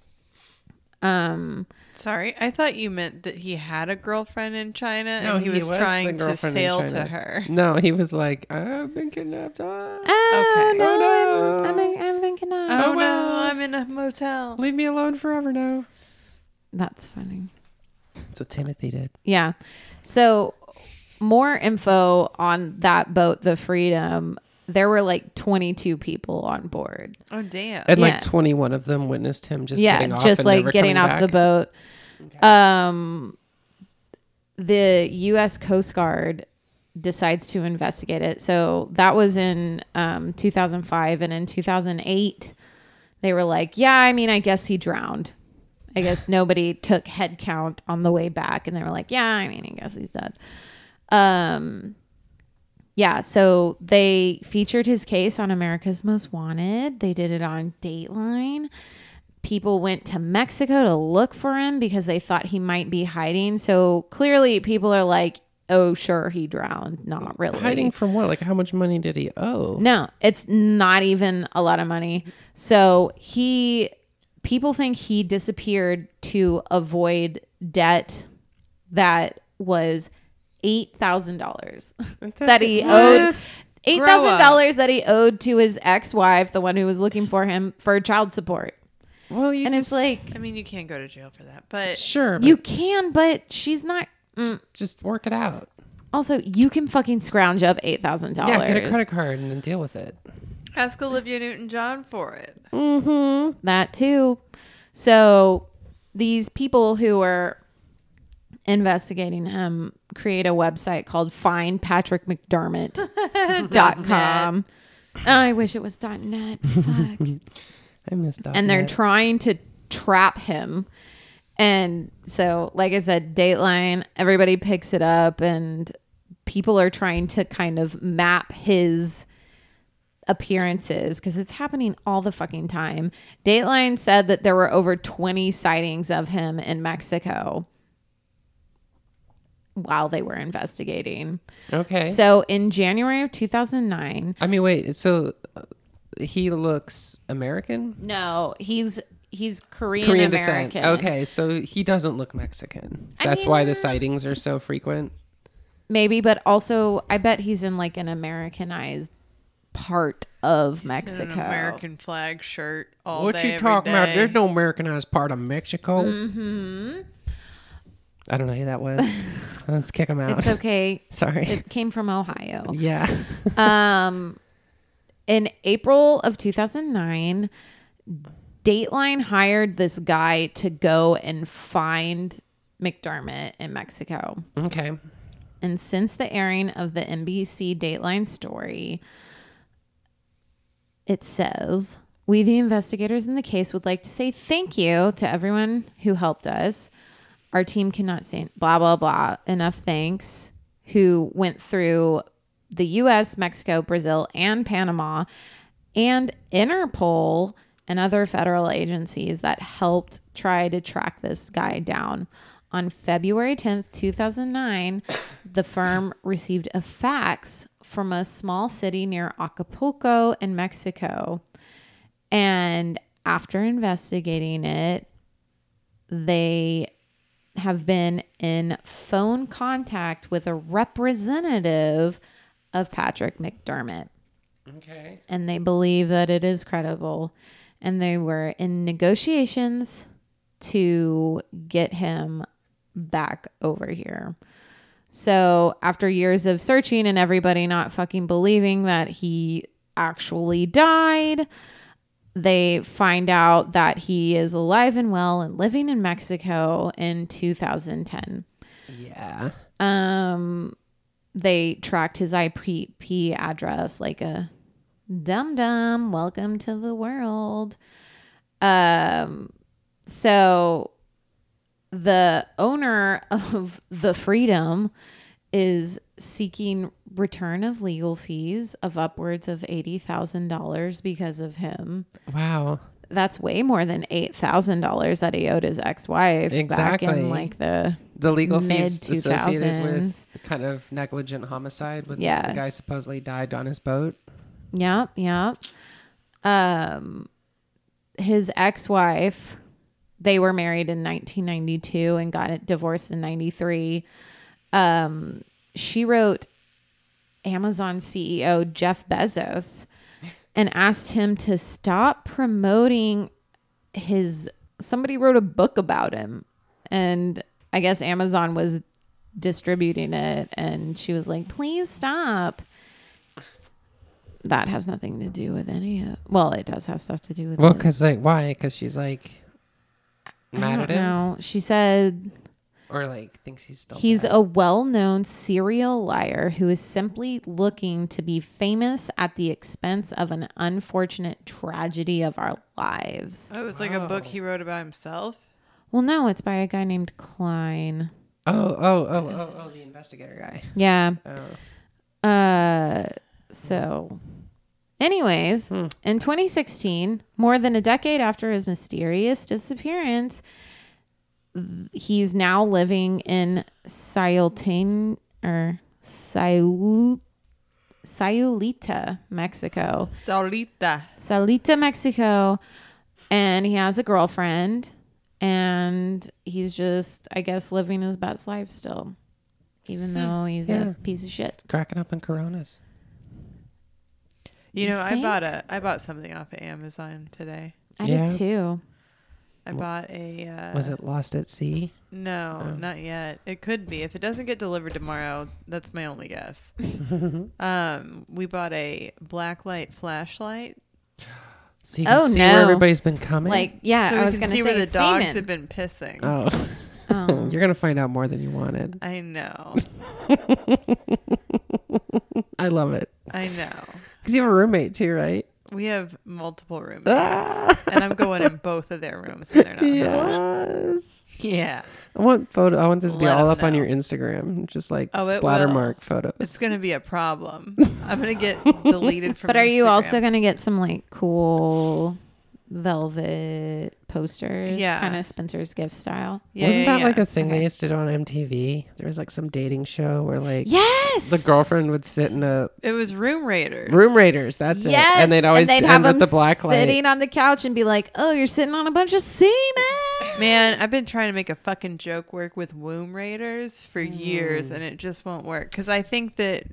Um
Sorry, I thought you meant that he had a girlfriend in China
No,
and he,
he
was,
was the
trying to
girlfriend in
sail to
China.
her.
No, he was like, I've been kidnapped. Ah,
oh,
Okay.
no,
Oh,
I'm,
no.
I'm, I'm thinking of
Oh, no,
well.
I'm in a motel.
leave me alone forever now.
That's funny.
That's what Timothy did.
Yeah. So more info on that boat, the Freedom. There were like 22 people on board.
Oh damn.
And
Yeah.
like 21 of them witnessed him just
yeah,
getting off
just
and
like
never
getting
coming
off
back.
the boat. Um, the U.S. Coast Guard decides to investigate it. So that was in um, 2005, and in 2008, they were like, "Yeah, I mean, I guess he drowned. I guess nobody took head count on the way back." And they were like, "Yeah, I mean, I guess he's dead." Um, Yeah, so they featured his case on America's Most Wanted. They did it on Dateline. People went to Mexico to look for him because they thought he might be hiding. So clearly, people are like, oh, sure, he drowned. Not really.
Hiding from what? Like, how much money did he owe?
No, it's not even a lot of money. So he, people think he disappeared to avoid debt that was eight thousand dollars that he owed. Eight thousand dollars that he owed to his ex-wife, the one who was looking for him for child support,
Well, you
and
just,
it's like
I mean, you can't go to jail for that, but
sure, but
you can, but she's not. Mm.
just work it out.
Also, you can fucking scrounge up eight thousand
Yeah, get a
dollars.
credit card and then deal with it.
ask Olivia Newton-John for it.
That too. So these people who are investigating him create a website called findpatrickmcdermott.com. Oh, I wish it was dot .net. Fuck.
I missed out.
and they're trying to trap him. And so, like I said, Dateline, everybody picks it up, and people are trying to kind of map his appearances because it's happening all the fucking time. Dateline said that there were over 20 sightings of him in Mexico while they were investigating.
okay.
So, in January of 2009,
I mean, wait. So uh, he looks American,
no, he's. He's Korean,
Korean
American.
descent. Okay, so he doesn't look Mexican.
I
That's why the
mean-
sightings are so frequent.
Maybe, but also I bet he's in like an Americanized part of
It's an
Mexico.
American flag shirt all
What
day,
you
every
talking about?
day.
There's no Americanized part of Mexico. Mm-hmm. I don't know who that was. Let's kick him out.
It's okay.
Sorry.
It came from Ohio. Um,
yeah.
In April of 2009, Dateline hired this guy to go and find McDermott in Mexico.
okay.
And since the airing of the NBC Dateline story, it says, We, the investigators in the case, would like to say thank you to everyone who helped us. Our team cannot say blah, blah, blah. Enough thanks who went through the US, Mexico, Brazil, and Panama, and Interpol and other federal agencies that helped try to track this guy down. On February 10th, 2009, the firm received a fax from a small city near Acapulco in Mexico. And after investigating it, they have been in phone contact with a representative of Patrick McDermott
Okay.
and they believe that it is credible. And they were in negotiations to get him back over here. So, after years of searching and everybody not fucking believing that he actually died, they find out that he is alive and well and living in Mexico in 2010
Yeah.
um they tracked his IP address like a dum dum welcome to the world um so the owner of the freedom is seeking return of legal fees of upwards of $80,000 because of him.
Wow.
That's way more than $8,000 that he owed his ex-wife back
Exactly.
in like the
The legal fees
Mid-
associated with
2000s.
the kind of negligent homicide with
Yeah.
the guy supposedly died on his boat.
Yep, yep. Um, his ex-wife, they were married in 1992 and got it divorced in 93. Um, she wrote Amazon CEO Jeff Bezos and asked him to stop promoting his somebody wrote a book about him and I guess Amazon was distributing it and she was like, "Please stop." That has nothing to do with any of. Well, it does have stuff to do with.
Well,
it.
because like, why? Because she's like
I
mad
don't
at him,
know. She said
or like thinks he's still.
He's
bad.
a well known serial liar who is simply looking to be famous at the expense of an unfortunate tragedy of our lives.
Oh, it was like a book he wrote about himself.
Well, no, it's by a guy named Klein.
oh oh oh oh oh the investigator guy.
Yeah.
Oh.
Uh, so, anyways,
Hmm.
in 2016, more than a decade after his mysterious disappearance, th- he's now living in Sayultain or Sayul. Sayulita, Mexico.
Solita.
Salita, Mexico, and he has a girlfriend, and he's just, I guess, living his best life still, even though he's
Hmm. Yeah.
a piece of shit.
Cracking up on Coronas.
You
You
know, I
think?
bought a I bought something off of Amazon today.
I
Yeah.
did too.
I bought a uh,
Was it Lost at Sea?
No,
Oh.
not yet. It could be. If it doesn't get delivered tomorrow, that's my only guess. um, we bought a blacklight flashlight.
So you can
Oh,
see where
no.
everybody's been coming.
Like, yeah,
so
I
we
was
can
gonna
see
say
where the dogs
semen.
have been pissing.
oh,
mm.
Oh.
you're gonna find out more than you wanted.
I know.
I love it
I know.
because you have a roommate too, right?
We have multiple roommates,
Ah.
and I'm going in both of their rooms when they're not. home.
Yes.
Yeah,
I want photo. I want this to be
Let
all
'em
up on
know.
your Instagram, just like
Oh, it
splatter
will.
mark photos.
it's gonna be a problem. I'm gonna get deleted from.
But are you
Instagram.
also going to get some like cool velvet posters?
Yeah.
Kind of Spencer's gift style.
Yeah,
Wasn't
yeah,
that
yeah.
like a thing they used to do on MTV? There was like some dating show where like
Yes.
the girlfriend would sit in a
It was room raiders.
room raiders. That's
Yes.
it, and they'd always end
him
with the black light.
sitting on the couch and be like, oh, you're sitting on a bunch of semen.
Man, I've been trying to make a fucking joke work with womb raiders for years, and it just won't work. Because I think that,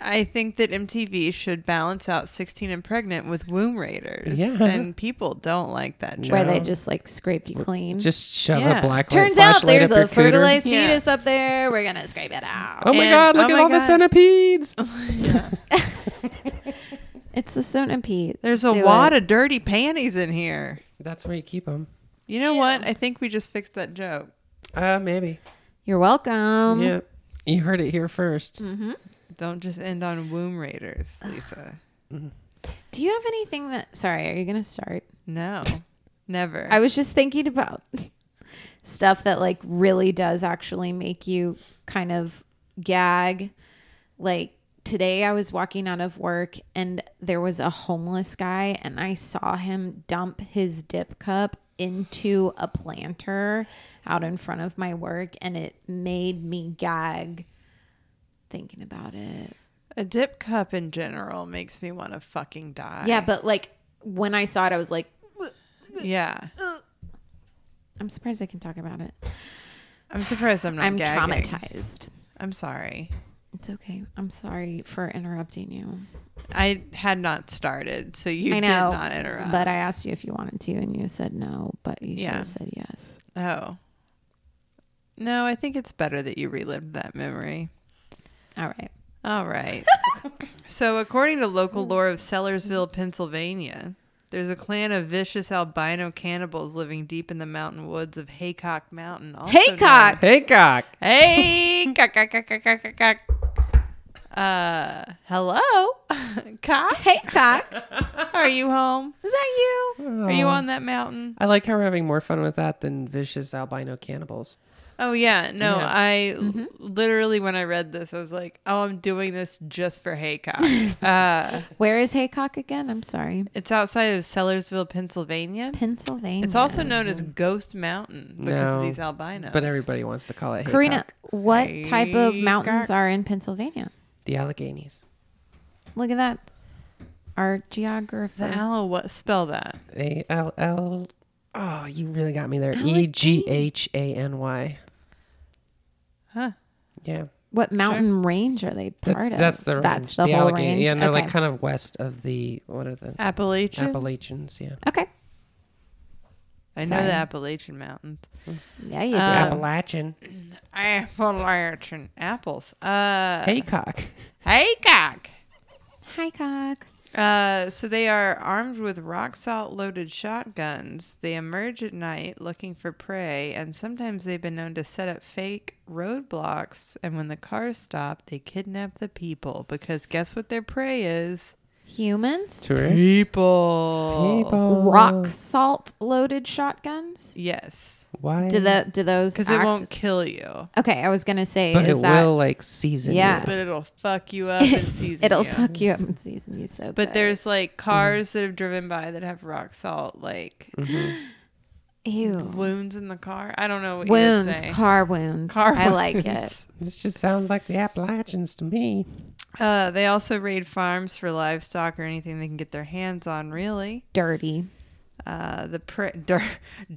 I think that MTV should balance out 16 and pregnant with womb raiders,
Yeah.
and people don't like that joke.
Where
No.
they just like scrape you clean.
Just shove
Yeah.
a black light.
Turns out
flashlight
there's
up your
a
cooter.
fertilized
Yeah.
fetus up there. We're gonna scrape it out.
Oh my
And-
god! Look
oh
at
my
all the
God.
centipedes.
It's the centipede.
There's a
Do
wad
it.
of dirty panties in here.
That's where you keep them.
You know what? I think we just fixed that joke.
Uh, maybe.
You're welcome.
yeah, you heard it here 1st
Mm.
Don't just end on womb raiders, Lisa.
Do you have anything that? Sorry, are you gonna start?
No, never.
I was just thinking about stuff that like really does actually make you kind of gag. Like today, I was walking out of work and there was a homeless guy, and I saw him dump his dip cup into a planter out in front of my work, and it made me gag thinking about it.
a dip cup in general makes me want to fucking die.
Yeah, but like when I saw it, I was like,
yeah.
I'm surprised I can talk about it.
I'm surprised I'm not.
I'm
gagging.
traumatized.
I'm sorry.
It's okay. I'm sorry for interrupting you.
I had not started, so you
I
did
know,
not interrupt.
But I asked you if you wanted to, and you said no, but you should
Yeah.
have said yes.
Oh. No, I think it's better that you relived that memory.
All right.
All right. so, according to local lore of Sellersville, Pennsylvania, there's a clan of vicious albino cannibals living deep in the mountain woods of Haycock Mountain. Also known-
Haycock!
Haycock.
Hey, cock, cock, cock, cock, cock, cock, cock. Uh, hello, cock.
Haycock,
Are you home?
is that you?
Are
Oh.
you on that mountain?
I like how we're having more fun with that than vicious albino cannibals.
Oh yeah, no,
Yeah.
I
Mm-hmm.
l- literally when I read this, I was like, "Oh, I'm doing this just for Haycock." uh,
Where is Haycock again? I'm sorry.
it's outside of Sellersville, Pennsylvania.
Pennsylvania.
It's also known as Ghost Mountain because
No,
of these albinos.
But everybody wants to call it Haycock.
Karina, what type of mountains
Haycock.
are in Pennsylvania?
The Alleghenies.
Look at that. Our geographer.
the aloe. What spell that?
A L L. Oh, you really got me there. E G H A N Y.
Huh.
Yeah,
what mountain range are they part
that's
of?
that's the range.
That's the, whole
Allegheny-
range.
Yeah, and they're
okay.
like kind of west of the what are the
Appalachian.
Appalachians? Yeah,
okay.
I know
Sorry.
the Appalachian Mountains.
Yeah, you
Uh,
do.
Appalachian.
Appalachian apples. Uh,
Haycock.
Haycock.
Haycock.
Uh, so they are armed with rock salt loaded shotguns. They emerge at night looking for prey, and sometimes they've been known to set up fake roadblocks. And when the cars stop, they kidnap the people because guess what their prey is?
Humans?
Tourists.
People.
People.
Rock salt loaded shotguns?
Yes.
Why?
Do the do those
Because it
act-
won't kill you,
Okay, I was gonna say
but
is
it
that
will like season.
Yeah.
you.
but it'll fuck you up and season
it'll
you.
fuck you up and season you so
But
good.
there's like cars that have driven by that have rock salt like
Ew.
wounds in the car. I don't know what you would
Wounds,
say.
car wounds.
Car
I like it.
wounds.
This just sounds like the Appalachians to me.
Uh, they also raid farms for livestock or anything they can get their hands on. Really,
Dirty.
uh, the pr- dir-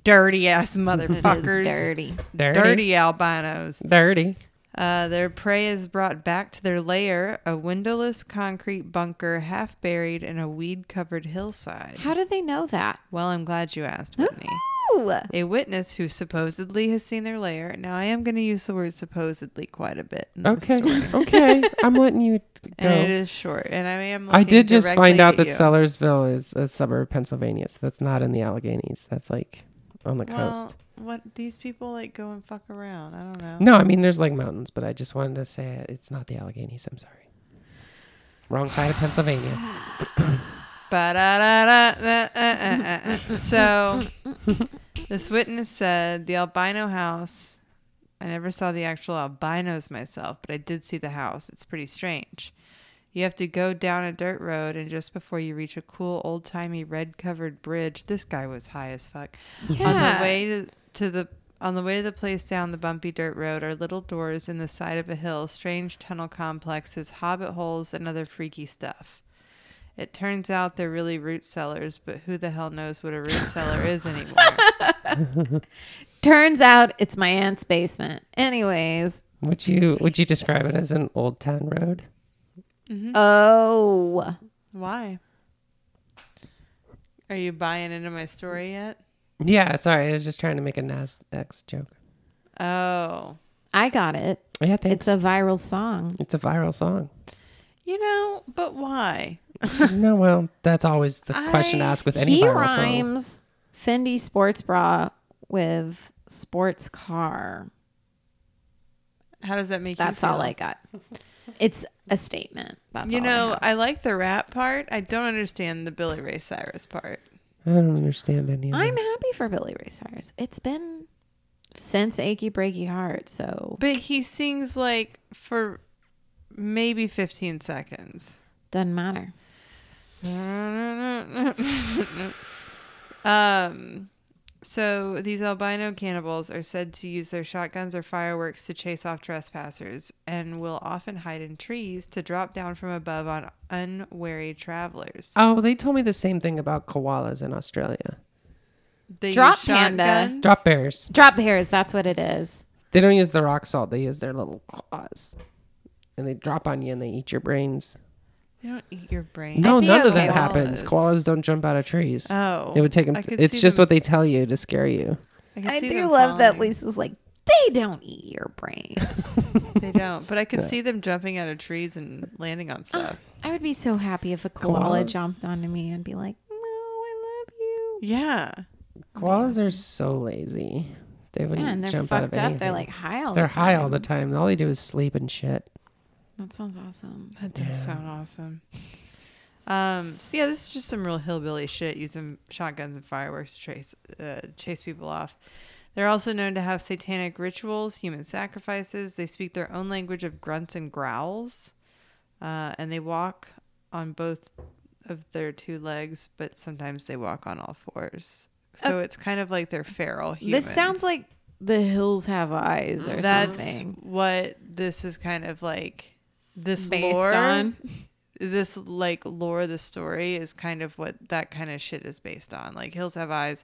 dirty ass
It is
motherfuckers,
dirty.
Dirty.
dirty albinos.
Dirty.
Uh, their prey is brought back to their lair, a windowless concrete bunker half buried in a weed covered hillside.
How do they know that?
Well, I'm glad you asked, Whitney.
Ooh.
a witness who supposedly has seen their lair. Now, I am going to use the word supposedly quite a bit. In This
Okay.
story,
okay. I'm letting you
And it
go.
is short. And I am.
I
looking
did just find
directly
out
at
that
you.
Sellersville is a suburb of Pennsylvania. So that's not in the Alleghenies. That's like on the
Well,
coast.
what these people like go and fuck around. I don't know.
No, I mean there's like mountains, but I just wanted to say it's not the Alleghenies. I'm sorry. Wrong side of Pennsylvania.
Ba-da-da-da, uh, uh, uh, uh, uh. So, this witness said the albino house. I never saw the actual albinos myself, but I did see the house. It's pretty strange. You have to go down a dirt road, and just before you reach a cool, old timey, red covered bridge, this guy was high as fuck. On
Yeah.
the way to, to the on the way to the place down the bumpy dirt road are little doors in the side of a hill, strange tunnel complexes, hobbit holes, and other freaky stuff. It turns out they're really root cellars, but who the hell knows what a root cellar is anymore?
Turns out it's my aunt's basement. Anyways.
Would you would you describe it as an old town road?
Mm-hmm.
Oh.
Why? Are you buying into my story yet?
Yeah, sorry, I was just trying to make a Nas X joke.
Oh.
I got it.
Yeah,
It's
thanks.
a viral song.
it's a viral song.
You know, but why?
no, well, that's always the question to
I-
ask with any
he
viral song.
rhymes Fendi sports bra with sports car.
How does that make you
That's
feel?
all I got. It's a statement. That's
you
all I
know,
have.
I, like the rap part. I don't understand the Billy Ray Cyrus part.
I don't understand any of
I'm
this.
happy for Billy Ray Cyrus. It's been since Achy Breaky Heart, so
But he sings like for maybe 15 seconds.
doesn't matter.
um, so these albino cannibals are said to use their shotguns or fireworks to chase off trespassers and will often hide in trees to drop down from above on unwary travelers.
Oh, they told me the same thing about koalas in Australia.
They use
Drop panda.
shotguns.
Drop bears.
Drop hairs, that's what it is.
They don't use the rock salt. They use their little claws, and they drop on you and they eat your brains.
They don't eat your brain.
No,
think
none of
okay
that
with
happens.
koalas.
Koalas don't jump out of trees.
Oh,
it would take them.
I could
it's
see
just
them-
what they tell you to scare you.
could
I
see
do
them
love that
falling.
Lisa's like, they don't eat your brain.
They don't, but I could see them jumping out of trees and landing on stuff.
I would be so happy if a koala
Koalas?
jumped onto me and be like, No, I love you.
Yeah.
Koalas are so lazy. They wouldn't
Yeah, and Oh, they're
jump out of
fucked up.
anything.
They're like high all
They're
the time.
high all the time. All they do is sleep and shit.
That sounds awesome.
That does sound awesome. Um, so yeah, this is just some real hillbilly shit using shotguns and fireworks to chase uh, chase people off. They're also known to have satanic rituals, human sacrifices. They speak their own language of grunts and growls, uh, and they walk on both of their two legs, but sometimes they walk on all fours. So it's kind of like they're feral humans.
This sounds like the hills have eyes or
that's
something.
what this is kind of like. This
Based
lore
on
this like lore the story is kind of what that kind of shit is based on like hills have eyes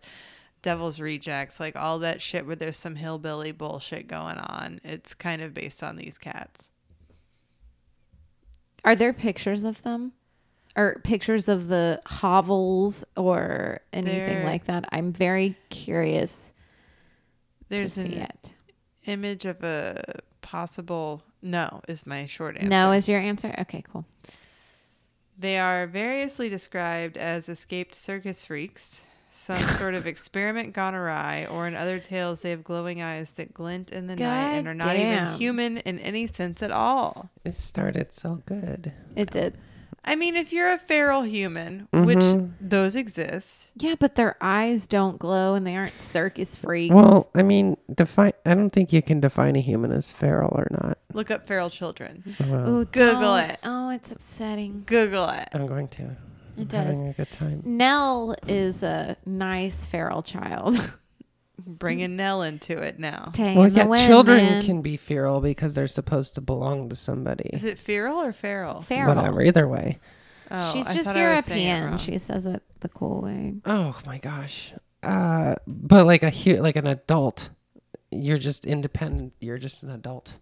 devil's rejects like all that shit where there's some hillbilly bullshit going on it's kind of based on these cats
Are there pictures of them? Or pictures of the hovels or anything
There-
like that? I'm very curious
there's
to see
an
it.
image of a possible no is my short answer
No is your answer? Okay, cool.
They are variously described as escaped circus freaks, some sort of experiment gone awry, or in other tales, they have glowing eyes that glint in the night and are not
Goddamn.
even human in any sense at all.
It started so good.
It did.
I mean, if you're a feral human,
Mm-hmm.
which those exist,
Yeah, but their eyes don't glow and they aren't circus freaks.
Well, I mean, define. I don't think you can define a human as feral or not.
look up feral children.
uh,
Ooh,
Google
don't.
it.
Oh, it's upsetting.
Google it.
I'm going to. I'm
does.
Having a good time.
Nell is a nice feral child.
Bringing Nell into it now.
Tame
Well,
the
yeah,
women.
children can be feral because they're supposed to belong to
Is
somebody.
it feral or feral?
feral.
Whatever. Either way.
Oh,
She's
I
just
thought I was saying it
European.
wrong.
She says it the cool way.
Oh my gosh. Uh, but like a hu- like an adult, you're just independent. You're just an adult.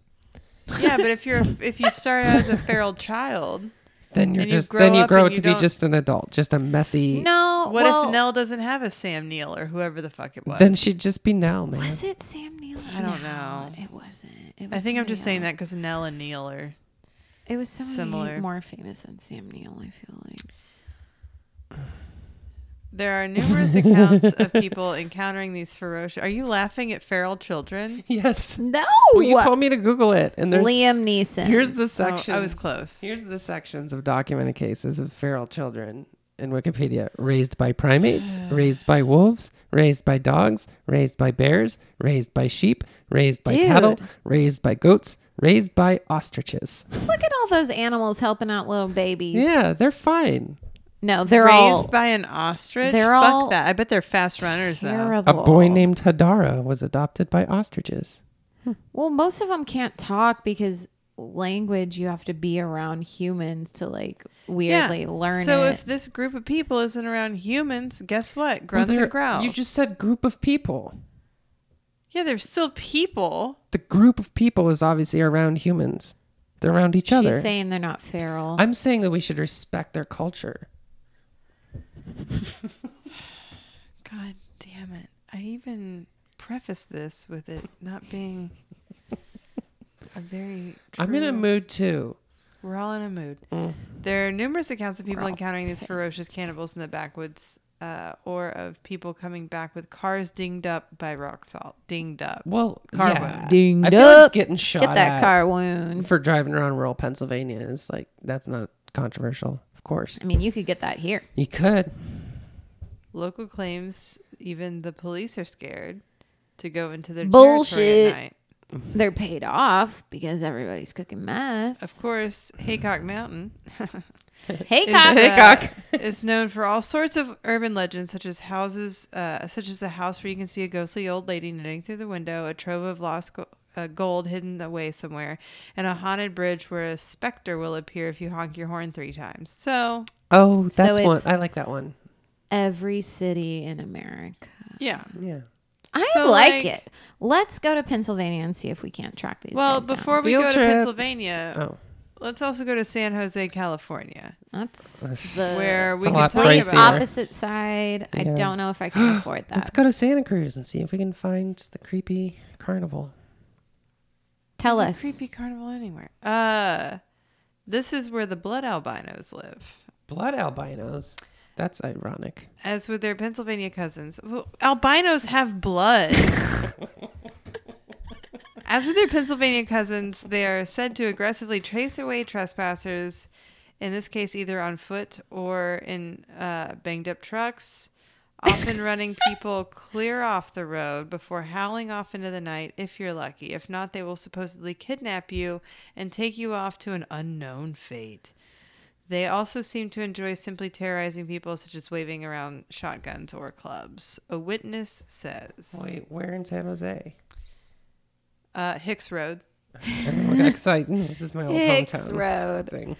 yeah, but if you're if you start out as a feral child,
Then you're
And you
just
grow
then you
up
grow
and
to
you
be
don't-
just an adult, just a messy.
No.
what
well,
if Nell doesn't have a Sam Neill or whoever the fuck it was?
Then she'd just be Nell, man.
Was it Sam Neill?
I don't
No,
know.
It wasn't. It was
I think I'm just
somebody
saying that
else.
because Nell and Neil are.
It was somebody
similar.
more famous than Sam Neill. I feel like.
There are numerous accounts of people encountering these ferocious. Are you laughing at feral children?
Yes.
No.
Well, you told me to Google it, and there's
Liam Neeson.
Here's the
I was
sections.
close.
Here's the sections of documented cases of feral children in Wikipedia: raised by primates, raised by wolves, raised by dogs, raised by bears, raised by sheep, raised by cattle,
Dude.
raised by goats, raised by ostriches.
Look at all those animals helping out little babies.
yeah, they're fine.
No, they're
Raised
all
by an ostrich?
they're
Fuck
all
that. I bet they're fast runners though.
A
terrible.
boy named Hadara was adopted by ostriches.
Well, most of them can't talk because language. You have to be around humans to like weirdly learn
So
it.
if this group of people isn't around humans, guess what? Grunts
Well,
and growls.
You just said group of people.
yeah, they're still people.
The group of people is obviously around humans. They're around each
She's
other.
saying they're not feral.
I'm saying that we should respect their culture.
God damn it! I even prefaced this with it not being a very.
I'm in a
true-
mood too.
We're all in a mood. There are numerous accounts of people
Mm. all
encountering these
pissed.
ferocious cannibals in the backwoods, uh, or of people coming back with cars dinged up by rock salt. Dinged up.
Well,
Car
yeah.
wound.
Dinged
I feel
up.
like getting shot
Get that
at
car wound.
for driving around rural Pennsylvania is like that's not controversial. Of course,
I mean, you could get that here.
you could.
Local claims even the police are scared to go into their territory at
Bullshit.
night.
They're paid off because everybody's cooking meth.
Of course, Haycock Mountain
Hey,
is,
cop.
uh, is known for all sorts of urban legends, such as houses, uh, such as a house where you can see a ghostly old lady knitting through the window, a trove of lost go- uh, gold hidden away somewhere, and a haunted bridge where a specter will appear if you honk your horn three times. So,
Oh,
So
that's one.
it's-
I like that one.
Every city in America.
yeah.
Yeah.
I
So,
like,
like-
it. Let's go to Pennsylvania and see if we can't track these.
Well,
guys down.
before we
Field
go
trip.
to Pennsylvania,
Oh,
let's also go to San Jose, California,
that's the
where
Uh, It's
we
a
can
lot
talk
pricier.
about
opposite side. I
Yeah.
don't know if I can afford that.
let's go to Santa Cruz and see if we can find the creepy carnival.
Tell
There's
us.
a creepy carnival anywhere. Uh, this is where the blood albinos live.
Blood albinos. That's ironic.
As with their Pennsylvania cousins, Well, albinos have blood. As with their Pennsylvania cousins, they are said to aggressively chase away trespassers, in this case, either on foot or in uh, banged up trucks, often running people clear off the road before howling off into the night if you're lucky. If not, they will supposedly kidnap you and take you off to an unknown fate. They also seem to enjoy simply terrorizing people, such as waving around shotguns or clubs. A witness says,
Wait, where in San Jose?
uh, "Hicks Road."
Everyone got excited. Mm, This is my old
Hicks
hometown
Road.
thing.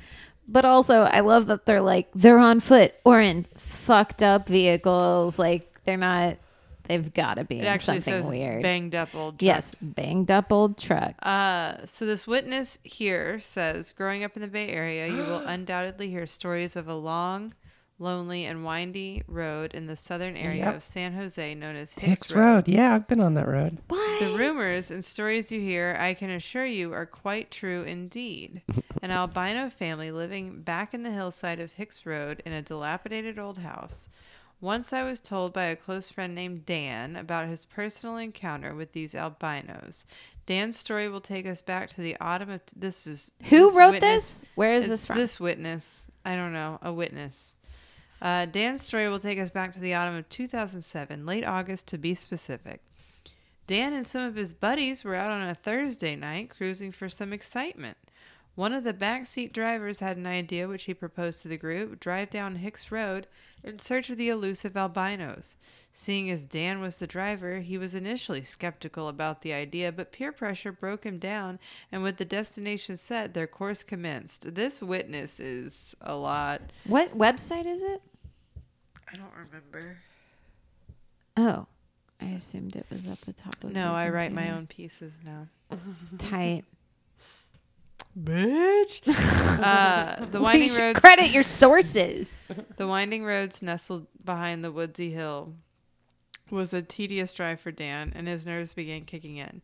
But also, I love that they're like they're on foot or in fucked up vehicles. Like they're not. They've got to be
It
in
actually
something
says
weird.
"banged up old." Truck.
yes, banged up old truck.
Uh, so this witness here says, growing up in the Bay Area, you will undoubtedly hear stories of a long, lonely, and windy road in the southern area
Yep.
of San Jose known as Hicks,
Hicks
Road.
Road. Yeah, I've been on that road.
what?
The rumors and stories you hear, I can assure you, are quite true indeed. An albino family living back in the hillside of Hicks Road in a dilapidated old house. Once I was told by a close friend named Dan about his personal encounter with these albinos. Dan's story will take us back to the autumn of. This is
Who
this
wrote
witness-
this? Where is
it's
this from?
This witness. I don't know, a witness. Uh, Dan's story will take us back to the autumn of 2007, late August to be specific. Dan and some of his buddies were out on a Thursday night cruising for some excitement. One of the backseat drivers had an idea which he proposed to the group drive down Hicks Road in search of the elusive albinos. Seeing as Dan was the driver, he was initially skeptical about the idea, but peer pressure broke him down, and with the destination set, their course commenced. This witness is a lot.
What website is it?
I don't remember.
Oh, I assumed it was up the top of.
No,
the
I write my
computer.
own pieces now.
tight.
Bitch. uh, the winding
you should
roads.
credit your sources.
The winding roads nestled behind the woodsy hill was a tedious drive for Dan, and his nerves began kicking in.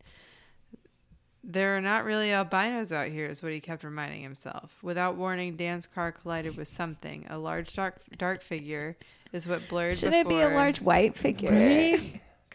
There are not really albinos out here, is what he kept reminding himself. Without warning, Dan's car collided with something. A large dark, dark figure is what blurred.
Should it
before.
be a large white figure?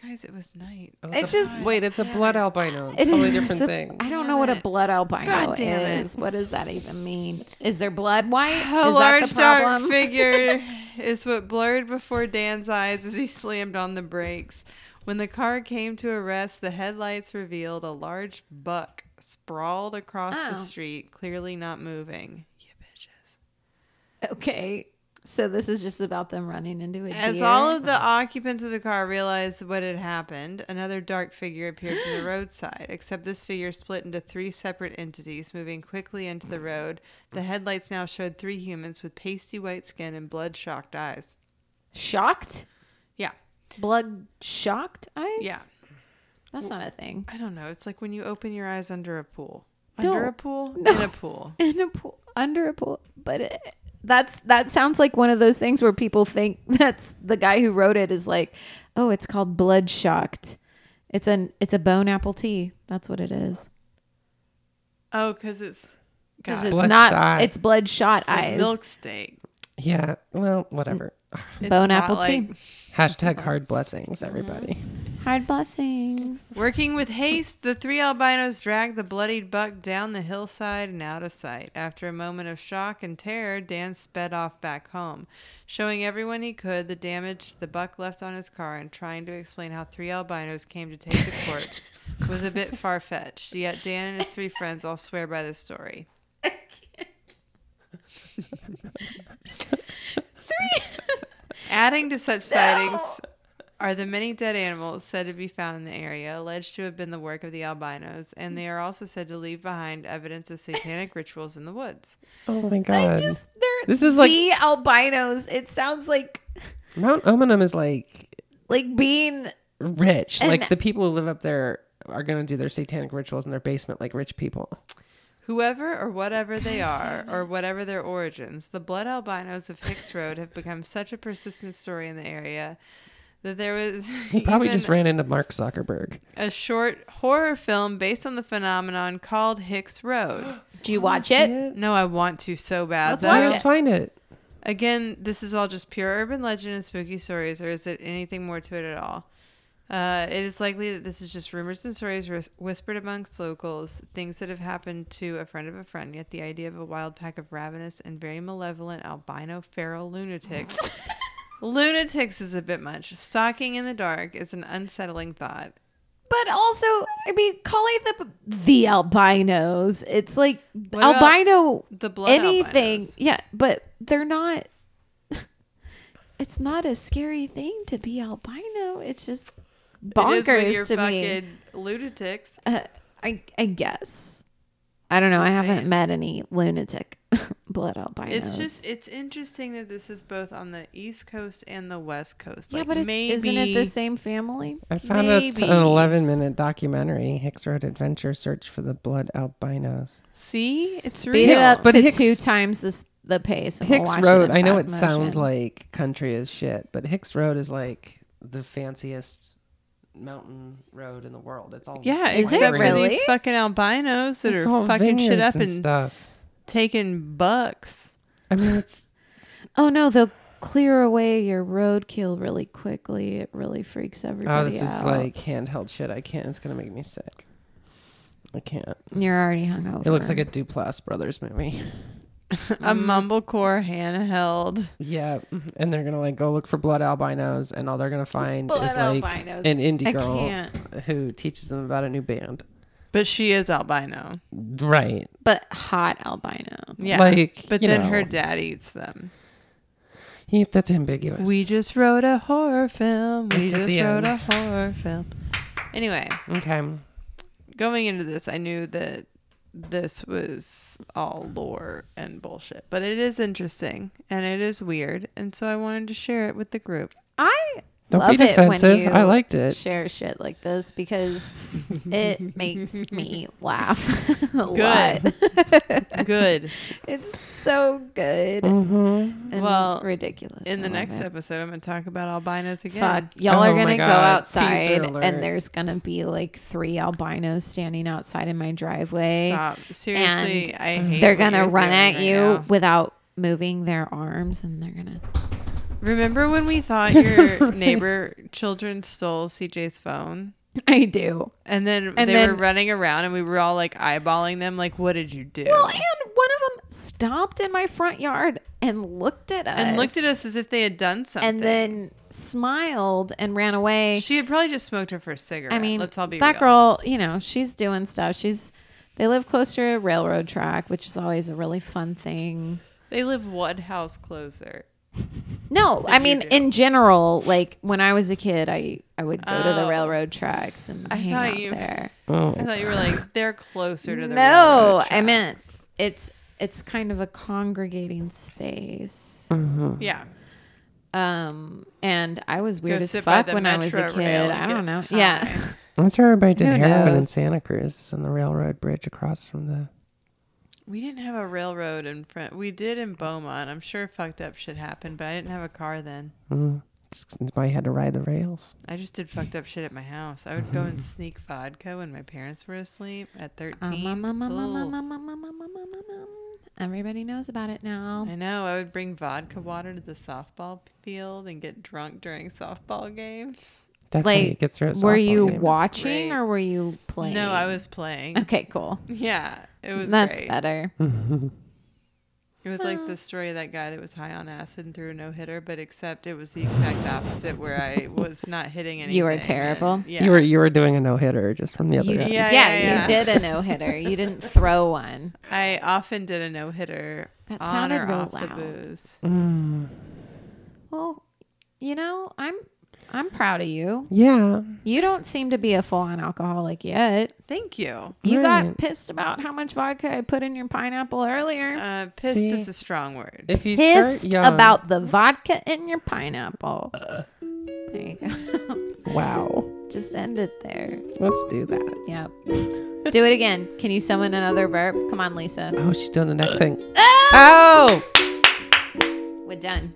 Guys, it was night.
Oh,
It
it's
just-
a, wait, it's a blood albino.
It
totally
is
different
a-
thing.
I don't know what a blood albino
God damn it.
is. What does that even mean? Is there blood white?
A
is that
large
the
dark
problem?
figure is what blurred before Dan's eyes as he slammed on the brakes. When the car came to a rest, the headlights revealed a large buck sprawled across the
Oh.
street, clearly not moving. You bitches.
okay, so this is just about them running into a
As
deer.
all of the occupants of the car realized what had happened, another dark figure appeared from the roadside, except this figure split into three separate entities, moving quickly into the road. The headlights now showed three humans with pasty white skin and blood shocked eyes.
shocked,
Yeah.
blood shocked eyes.
Yeah.
that's not a thing.
I don't know. It's like when you open your eyes under a pool.
No.
Under a pool?
No.
In a pool.
in a pool under a pool but it, that's that sounds like one of those things where people think that's the guy who wrote it is like oh it's called blood shocked it's an it's a bone apple tea that's what it is
Oh, because it's
because
got
it's
Blood
not
shot.
it's bloodshot
like
eyes
milk steak.
Yeah. Well,
Mm.
whatever.
It's
bone
not
apple
like-
tea
Hashtag hard
Mm-hmm.
blessings, everybody.
hard blessings
Working with haste, the three albinos dragged the bloodied buck down the hillside and out of sight. After a moment of shock and terror, Dan sped off back home, showing everyone he could the damage the buck left on his car and trying to explain how three albinos came to take the corpse was a bit far fetched. Yet Dan and his three friends all swear by the story. Adding to such sightings are the many dead animals said to be found in the area, alleged to have been the work of the albinos, and they are also said to leave behind evidence of satanic rituals in the woods.
Oh my god.
just they're
This is like-
the albinos it sounds like
Mount Omanum is like
like being
rich.
And-
like the people who live up there are going to do their satanic rituals in their basement like rich people.
Whoever or whatever they are, or whatever their origins, the blood albinos of Hicks Road have become such a persistent story in the area that there was
He probably
even
just ran into Mark Zuckerberg.
a short horror film based on the phenomenon called Hicks Road.
do you watch
See
it
it?
No, I want to so bad.
Let's
though.
watch
Yeah, let's
it.
find it.
Again, this is all just pure urban legend and spooky stories, or is it anything more to it at all? Uh, it is likely that this is just rumors and stories whis- whispered amongst locals, things that have happened to a friend of a friend. Yet the idea of a wild pack of ravenous and very malevolent albino feral lunatics. lunatics is a bit much. Stalking in the dark is an unsettling thought.
But also, I mean, calling them the albinos, it's like
about
albino
the blood
anything.
albinos?
Yeah, but they're not. It's not a scary thing to be albino. It's just
it is when
bonkers
you're
to me.
fucking lunatics.
Uh, I I guess. I don't know. I
Just
haven't
saying.
met any lunatic blood albinos.
It's just it's interesting that this is both on the East Coast and the West Coast.
yeah,
Like,
but it's,
maybe
isn't it the same family?
I found a,
Maybe.
an 11 minute documentary, Hicks Road Adventure Search for the Blood Albinos.
See, it's
Beat
real.
it up
but
to
Hicks-
two times this, the pace. And
Hicks
we'll watch
Road,
It in
I know it
fast
sounds
motion.
like country as shit, but Hicks Road is like the fanciest mountain road in the world. It's all
Yeah,
Is it
except for
really?
these fucking albinos that
It's
are
all
fucking shit
vineyards
up and,
and stuff.
taking bucks.
I mean, it's
Oh no, they'll clear away your roadkill really quickly. It really freaks everybody out.
oh, this is like handheld shit. I can't. It's gonna make me sick. I can't.
you're already hungover.
It looks like a Duplass Brothers movie.
a
Mm.
mumblecore handheld.
Yeah, and they're gonna like go look for blood albinos, and all they're gonna find
Blood
is like
albinos.
an indie
I
girl
can't.
who teaches them about a new band.
But she is albino.
Right.
but hot albino.
Yeah.
Like,
but
you
then
know.
her dad eats them.
Yeah, that's ambiguous.
We just wrote a horror film. We
It's at
just
the
wrote a
end.
horror film. Anyway,
okay.
going into this, I knew that this was all lore and bullshit, but it is interesting and it is weird, and so I wanted to share it with the group.
I
Don't
love
be
it when
defensive.
you
I liked it.
share shit like this because it makes me laugh a
Good.
lot.
Good.
It's so good and
Mm-hmm. Well,
ridiculous.
In the
I love
next
it.
episode, I'm going to talk about albinos again.
Fuck, y'all
Oh
are
my
gonna go
God.
outside
Teaser alert.
and there's gonna be like three albinos standing outside in my driveway.
Stop. Seriously,
eh? And
I hate
They're
what
gonna
you're
run
doing
at
right
you
now.
without moving their arms and they're gonna
Remember when we thought your neighbor children stole CJ's phone?
I do.
And then
And
they were
then-
running around and we were all like eyeballing them, like, what did you do?
Well, Oh, and one of them stopped in my front yard and looked at us.
and looked at us as if they had done something.
and then smiled and ran away.
she had probably just smoked her first cigarette.
I mean,
let's all be
that
real.
girl, you know, she's doing stuff. She's they live close to a railroad track, which is always a really fun thing.
They live one house closer.
No, I
you
mean
do.
in general, like when I was a kid, I I would go to
Oh.
the railroad tracks and
I
hang
thought
out
you-
there.
Oh,
I thought you were like they're closer to the
No,
railroad
I
track.
meant it's it's kind of a congregating space.
yeah.
Um, and I was weird as
sit by
fuck
the
when I was a
Metro
kid.
rail and
I
get
don't know.
high.
Yeah.
that's where everybody did
Who
heroin in
knows?
Santa Cruz. It's on the railroad bridge across from the.
We didn't have a railroad in front. We did in Beaumont. I'm sure fucked up shit happened, but I didn't have a car then.
Mm, just- everybody had to ride the rails.
I just did fucked up shit at my house. I would go and sneak vodka when my parents were asleep at
Uh,
13.
Ah,
Ugh.
Everybody knows about it now.
I know. I would bring vodka water to the softball field and get drunk during softball games.
That's how you
Like,
get through. a
were
softball
you
game.
watching
great.
or were you playing?
No, I was playing.
Okay, cool.
Yeah, it was
That's
great.
better.
It was like the story of that guy that was high on acid and threw a no hitter, but except it was the exact opposite where I was not hitting anything.
You were
and-
terrible.
Yeah.
You were you were doing a no hitter just from the other
You-
end.
Yeah,
yeah,
yeah, yeah.
you did a no hitter. You didn't throw one.
I often did a no hitter
That
on or
sounded real
off the
loud.
booze.
Well, you know, I'm I'm proud of you.
Yeah.
You don't seem to be a full on alcoholic yet.
Thank you.
You
Right.
got pissed about how much vodka I put in your pineapple earlier.
Uh, pissed
See?
is a strong word.
If you
pissed
start young-
about the vodka in your pineapple. There you go.
wow,
Just end it there.
let's do that.
Yep. Do it again. Can you summon another burp? Come on, Lisa.
Oh, she's doing the next thing.
Ah!
Oh.
We're done.